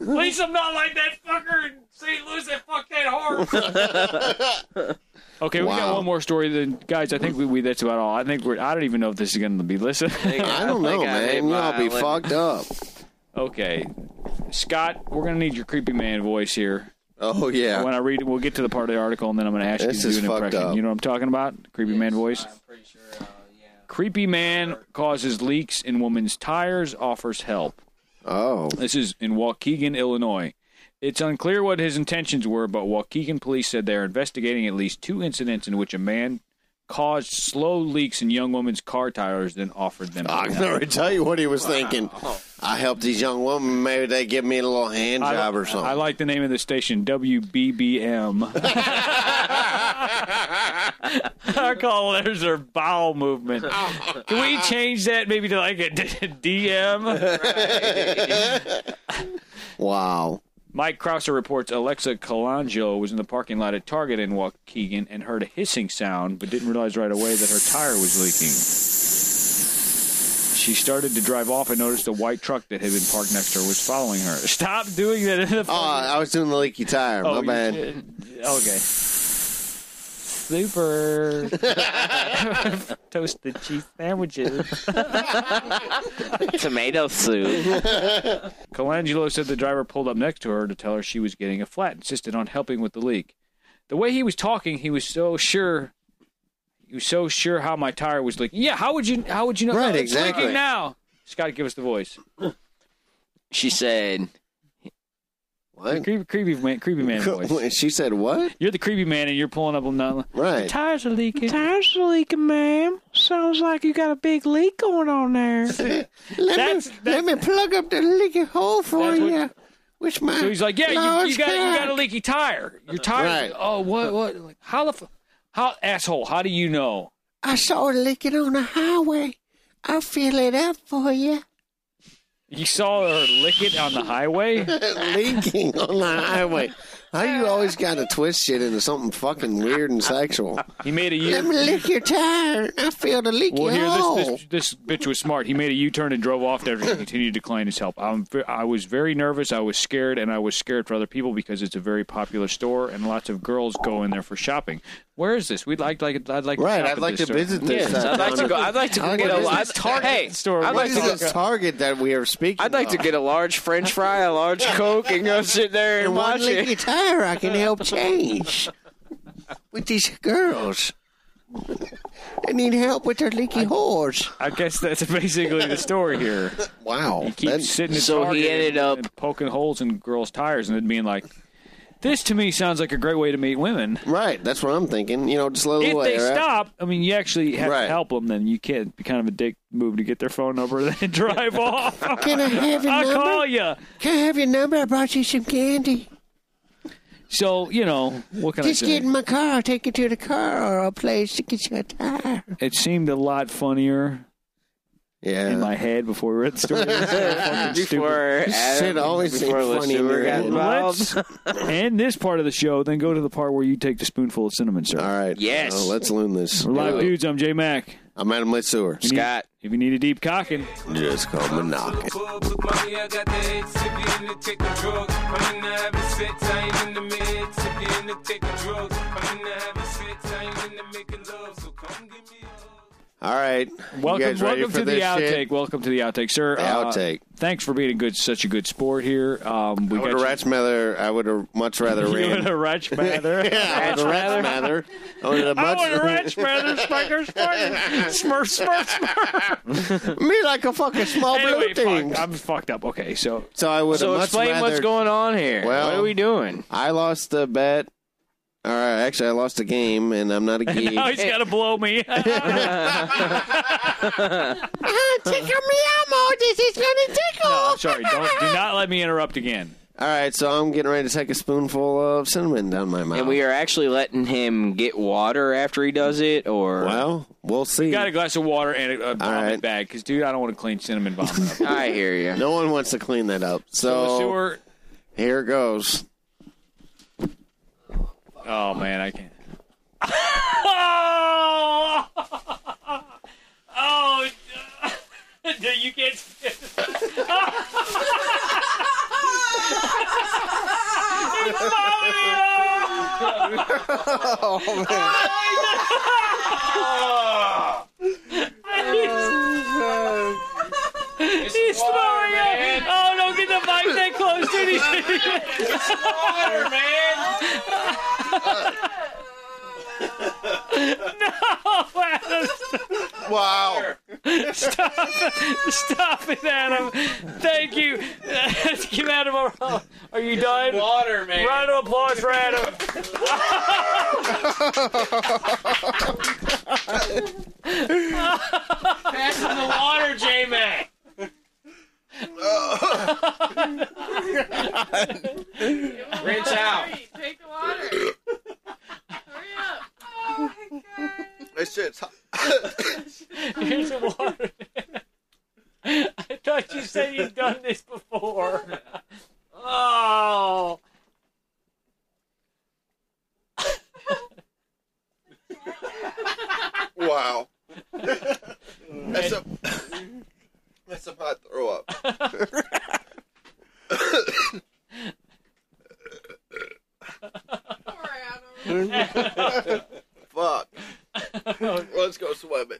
Speaker 8: least I'm not like that fucker in St. Louis that fucked that horse. okay, we
Speaker 3: Wow.
Speaker 2: got one more story. Then, guys, I think we, we that's about all. I think we're. I don't even know if this is going to be listened.
Speaker 3: I don't know,
Speaker 4: think I
Speaker 3: man.
Speaker 4: hit
Speaker 3: You all
Speaker 4: my
Speaker 3: be
Speaker 4: lip.
Speaker 3: fucked up.
Speaker 2: okay, Scott, we're going to need your creepy man voice here.
Speaker 3: Oh
Speaker 2: When
Speaker 3: yeah.
Speaker 2: I read, it, we'll get to the part of the article, and then I'm going to ask
Speaker 3: This
Speaker 2: you
Speaker 3: is
Speaker 2: to do an
Speaker 3: fucked
Speaker 2: impression.
Speaker 3: up.
Speaker 2: You know what I'm talking about? Creepy man voice.
Speaker 4: pretty sure.
Speaker 8: uh,
Speaker 2: Creepy man causes leaks in woman's tires. Offers help.
Speaker 3: Oh,
Speaker 2: This is in Waukegan, Illinois. It's unclear what his intentions were, but Waukegan police said they are investigating at least two incidents in which a man caused slow leaks in young women's car tires, then offered them.
Speaker 3: I
Speaker 2: help.
Speaker 3: can already tell you what he was thinking. I helped these young women. Maybe they give me a little hand
Speaker 2: I-
Speaker 3: job or something.
Speaker 2: I like the name of the station, WBBM. Our call letters are bowel movement. Can we change that maybe to like a DM?
Speaker 3: wow.
Speaker 2: Mike Krauser reports Alexa Colangelo was in the parking lot at Target in Waukegan and heard a hissing sound, but didn't realize right away that her tire was leaking. She started to drive off and noticed a white truck that had been parked next to her was following her. Stop doing that in the
Speaker 3: Oh, I was doing the leaky tire.
Speaker 2: Oh,
Speaker 3: My bad.
Speaker 2: you- uh, Okay. Super. Toasted cheese sandwiches.
Speaker 4: Tomato soup.
Speaker 2: Colangelo said the driver pulled up next to her to tell her she was getting a flat, insisted on helping with the leak. The way he was talking, he was so sure. He was so sure how my tire was leaking. Yeah, how would you? How would you know?
Speaker 3: Right,
Speaker 2: Oh, it's
Speaker 3: exactly.
Speaker 2: leaking now. Scott, give us the voice.
Speaker 4: She said,
Speaker 3: What?
Speaker 2: Creepy, creepy man, creepy man voice.
Speaker 3: She said what?
Speaker 2: You're the creepy man, and you're pulling up on nothing.
Speaker 3: Right.
Speaker 2: Tires are leaking.
Speaker 8: Tires leaking, ma'am. Sounds like you got a big leak going on there.
Speaker 3: Let,
Speaker 2: That's-
Speaker 3: me, let me plug up the leaky hole for
Speaker 2: That's what-
Speaker 3: you. Which my
Speaker 2: So he's like, "Yeah, you,
Speaker 3: large
Speaker 2: you got you
Speaker 3: cock."
Speaker 2: got a leaky tire. Your tire.
Speaker 3: Right.
Speaker 2: Oh, what what? Like, how the f- how asshole? How do you know?
Speaker 3: I saw it leaking on the highway. I'll fill it up for you.
Speaker 2: You saw her lick it on the highway.
Speaker 3: leaking on the highway. How you always got to twist shit into something fucking weird and sexual?
Speaker 2: He made a
Speaker 3: Let
Speaker 2: U.
Speaker 3: me lick your tire. I feel the leaky
Speaker 2: Well,
Speaker 3: hole.
Speaker 2: here this, this this bitch was smart. He made a U turn and drove off after she continued to decline his help. I'm ve- I was very nervous. I was scared, and I was scared for other people because it's a very popular store, and lots of girls go in there for shopping. Where is this? We'd like like I'd like
Speaker 3: right,
Speaker 2: To shop
Speaker 3: I'd
Speaker 2: at
Speaker 3: like to
Speaker 2: this store.
Speaker 3: visit this.
Speaker 4: "Yes,
Speaker 3: uh,
Speaker 4: I'd like to go. I'd like to
Speaker 3: I'd
Speaker 4: go get
Speaker 3: like
Speaker 4: a
Speaker 3: to
Speaker 4: large
Speaker 2: visit Target
Speaker 4: Hey,
Speaker 2: store.
Speaker 4: I'd
Speaker 3: What
Speaker 4: like
Speaker 3: is
Speaker 4: to go-
Speaker 3: this target that we are speaking?
Speaker 4: I'd like to
Speaker 3: of?
Speaker 4: get a large French fry, a large Coke, and go sit there and
Speaker 3: And one
Speaker 4: watch
Speaker 3: leaky
Speaker 4: it.
Speaker 3: tire I can help change with these girls. They need help with their leaky horse.
Speaker 2: I guess that's basically the story here.
Speaker 3: Wow.
Speaker 2: keep
Speaker 3: That-
Speaker 2: sitting at
Speaker 4: So he
Speaker 2: Target
Speaker 4: ended
Speaker 2: and-
Speaker 4: up-
Speaker 2: and poking holes in girls' tires and then being like, "This to me sounds like a great way to meet women."
Speaker 3: right, that's what I'm thinking. You know, just a little
Speaker 2: If
Speaker 3: way.
Speaker 2: they
Speaker 3: right?
Speaker 2: stop, I mean, you actually have
Speaker 3: Right.
Speaker 2: to help them. Then you can't be kind of a dick move to get their phone number and then drive off.
Speaker 3: Can I have your
Speaker 2: I'll
Speaker 3: number?
Speaker 2: call you.
Speaker 3: Can I have your number? I brought you some candy.
Speaker 2: So you know what can
Speaker 3: Just
Speaker 2: I say?
Speaker 3: get in my car. I'll take you to the car or a place to get you a tire.
Speaker 2: It seemed a lot funnier
Speaker 3: Yeah.
Speaker 2: in my head before we read the story. It was so fucking stupid.
Speaker 4: Before Adam,
Speaker 3: shit always seems
Speaker 4: before
Speaker 3: funny in
Speaker 4: Lesueur
Speaker 3: your
Speaker 4: got
Speaker 3: head.
Speaker 4: involved.
Speaker 2: Let's end this part of the show, then go to the part where you take the spoonful of cinnamon, sir.
Speaker 3: All right.
Speaker 4: Yes.
Speaker 3: Uh, let's learn this.
Speaker 2: We're live
Speaker 3: Uh,
Speaker 2: dudes. I'm J Mac.
Speaker 3: I'm Adam Litzeur.
Speaker 4: Scott.
Speaker 2: If you need a deep cocking.
Speaker 3: Just come and knock it.
Speaker 9: Club with mommy, I got the head. If you in to take a drug, I'm in the having sex. I ain't in the meds. If you in to take a drug, I'm in the having sex. I ain't in the making love. So come give me a hug.
Speaker 3: All right. You
Speaker 2: Welcome,
Speaker 3: guys ready
Speaker 2: welcome
Speaker 3: for
Speaker 2: to the
Speaker 3: this
Speaker 2: outtake.
Speaker 3: shit?
Speaker 2: Welcome to the outtake, sir.
Speaker 3: The
Speaker 2: Uh,
Speaker 3: outtake.
Speaker 2: Thanks for being a good, such a good sport here. Um, we
Speaker 3: I would
Speaker 2: got
Speaker 3: have
Speaker 2: you-
Speaker 3: rat's mather. I would have much rather
Speaker 2: you
Speaker 3: ran.
Speaker 2: in a ratch mather.
Speaker 3: yeah, I would have rat's mather. I would have
Speaker 2: I
Speaker 3: much
Speaker 2: want a ratch mather. Smucker, smucker, smurf, smurf, smurf.
Speaker 3: me like a fucking small
Speaker 2: Anyway,
Speaker 3: blue thing.
Speaker 2: fuck, I'm fucked up. Okay, so
Speaker 3: So I would have
Speaker 4: So
Speaker 3: much
Speaker 4: explain
Speaker 3: rather.
Speaker 4: what's going on here.
Speaker 3: Well-
Speaker 4: what are we doing?
Speaker 3: I lost the bet. All right, actually, I lost a game, and I'm not a geek.
Speaker 2: now he's got to blow me.
Speaker 3: tickle me out more. This is gonna tickle.
Speaker 2: No, I'm sorry. Don't do not let me interrupt again.
Speaker 3: All right, so I'm getting ready to take a spoonful of cinnamon down my mouth.
Speaker 4: And we are actually letting him get water after he does it, or
Speaker 3: Well, we'll see.
Speaker 2: You got a glass of water and a, a vomit
Speaker 3: right.
Speaker 2: bag, because dude, I don't want to clean cinnamon vomit. up.
Speaker 4: I hear you.
Speaker 3: No one wants to clean that up.
Speaker 2: So
Speaker 3: So
Speaker 2: sewer-
Speaker 3: here goes.
Speaker 2: Oh man, I can't. oh, oh, d- you can't.
Speaker 7: Oh man.
Speaker 2: He's throwing it. Oh no, get the mic that close, dude. He's-
Speaker 8: Water, man.
Speaker 3: Wow.
Speaker 2: Stop it, Adam. Thank you. Give Adam a round. Are you done?
Speaker 8: Water, man.
Speaker 2: Round of applause for Adam.
Speaker 8: Pass him the water, J Mac. Rinse out.
Speaker 6: Hurry, Take the water. Hurry up. Oh my god.
Speaker 3: This shit's hot.
Speaker 2: Here's the water. I thought you said you'd done this before. Oh.
Speaker 3: Wow. that's a that's a hot throw up.
Speaker 6: Poor Adam.
Speaker 3: Fuck. Let's go swimming.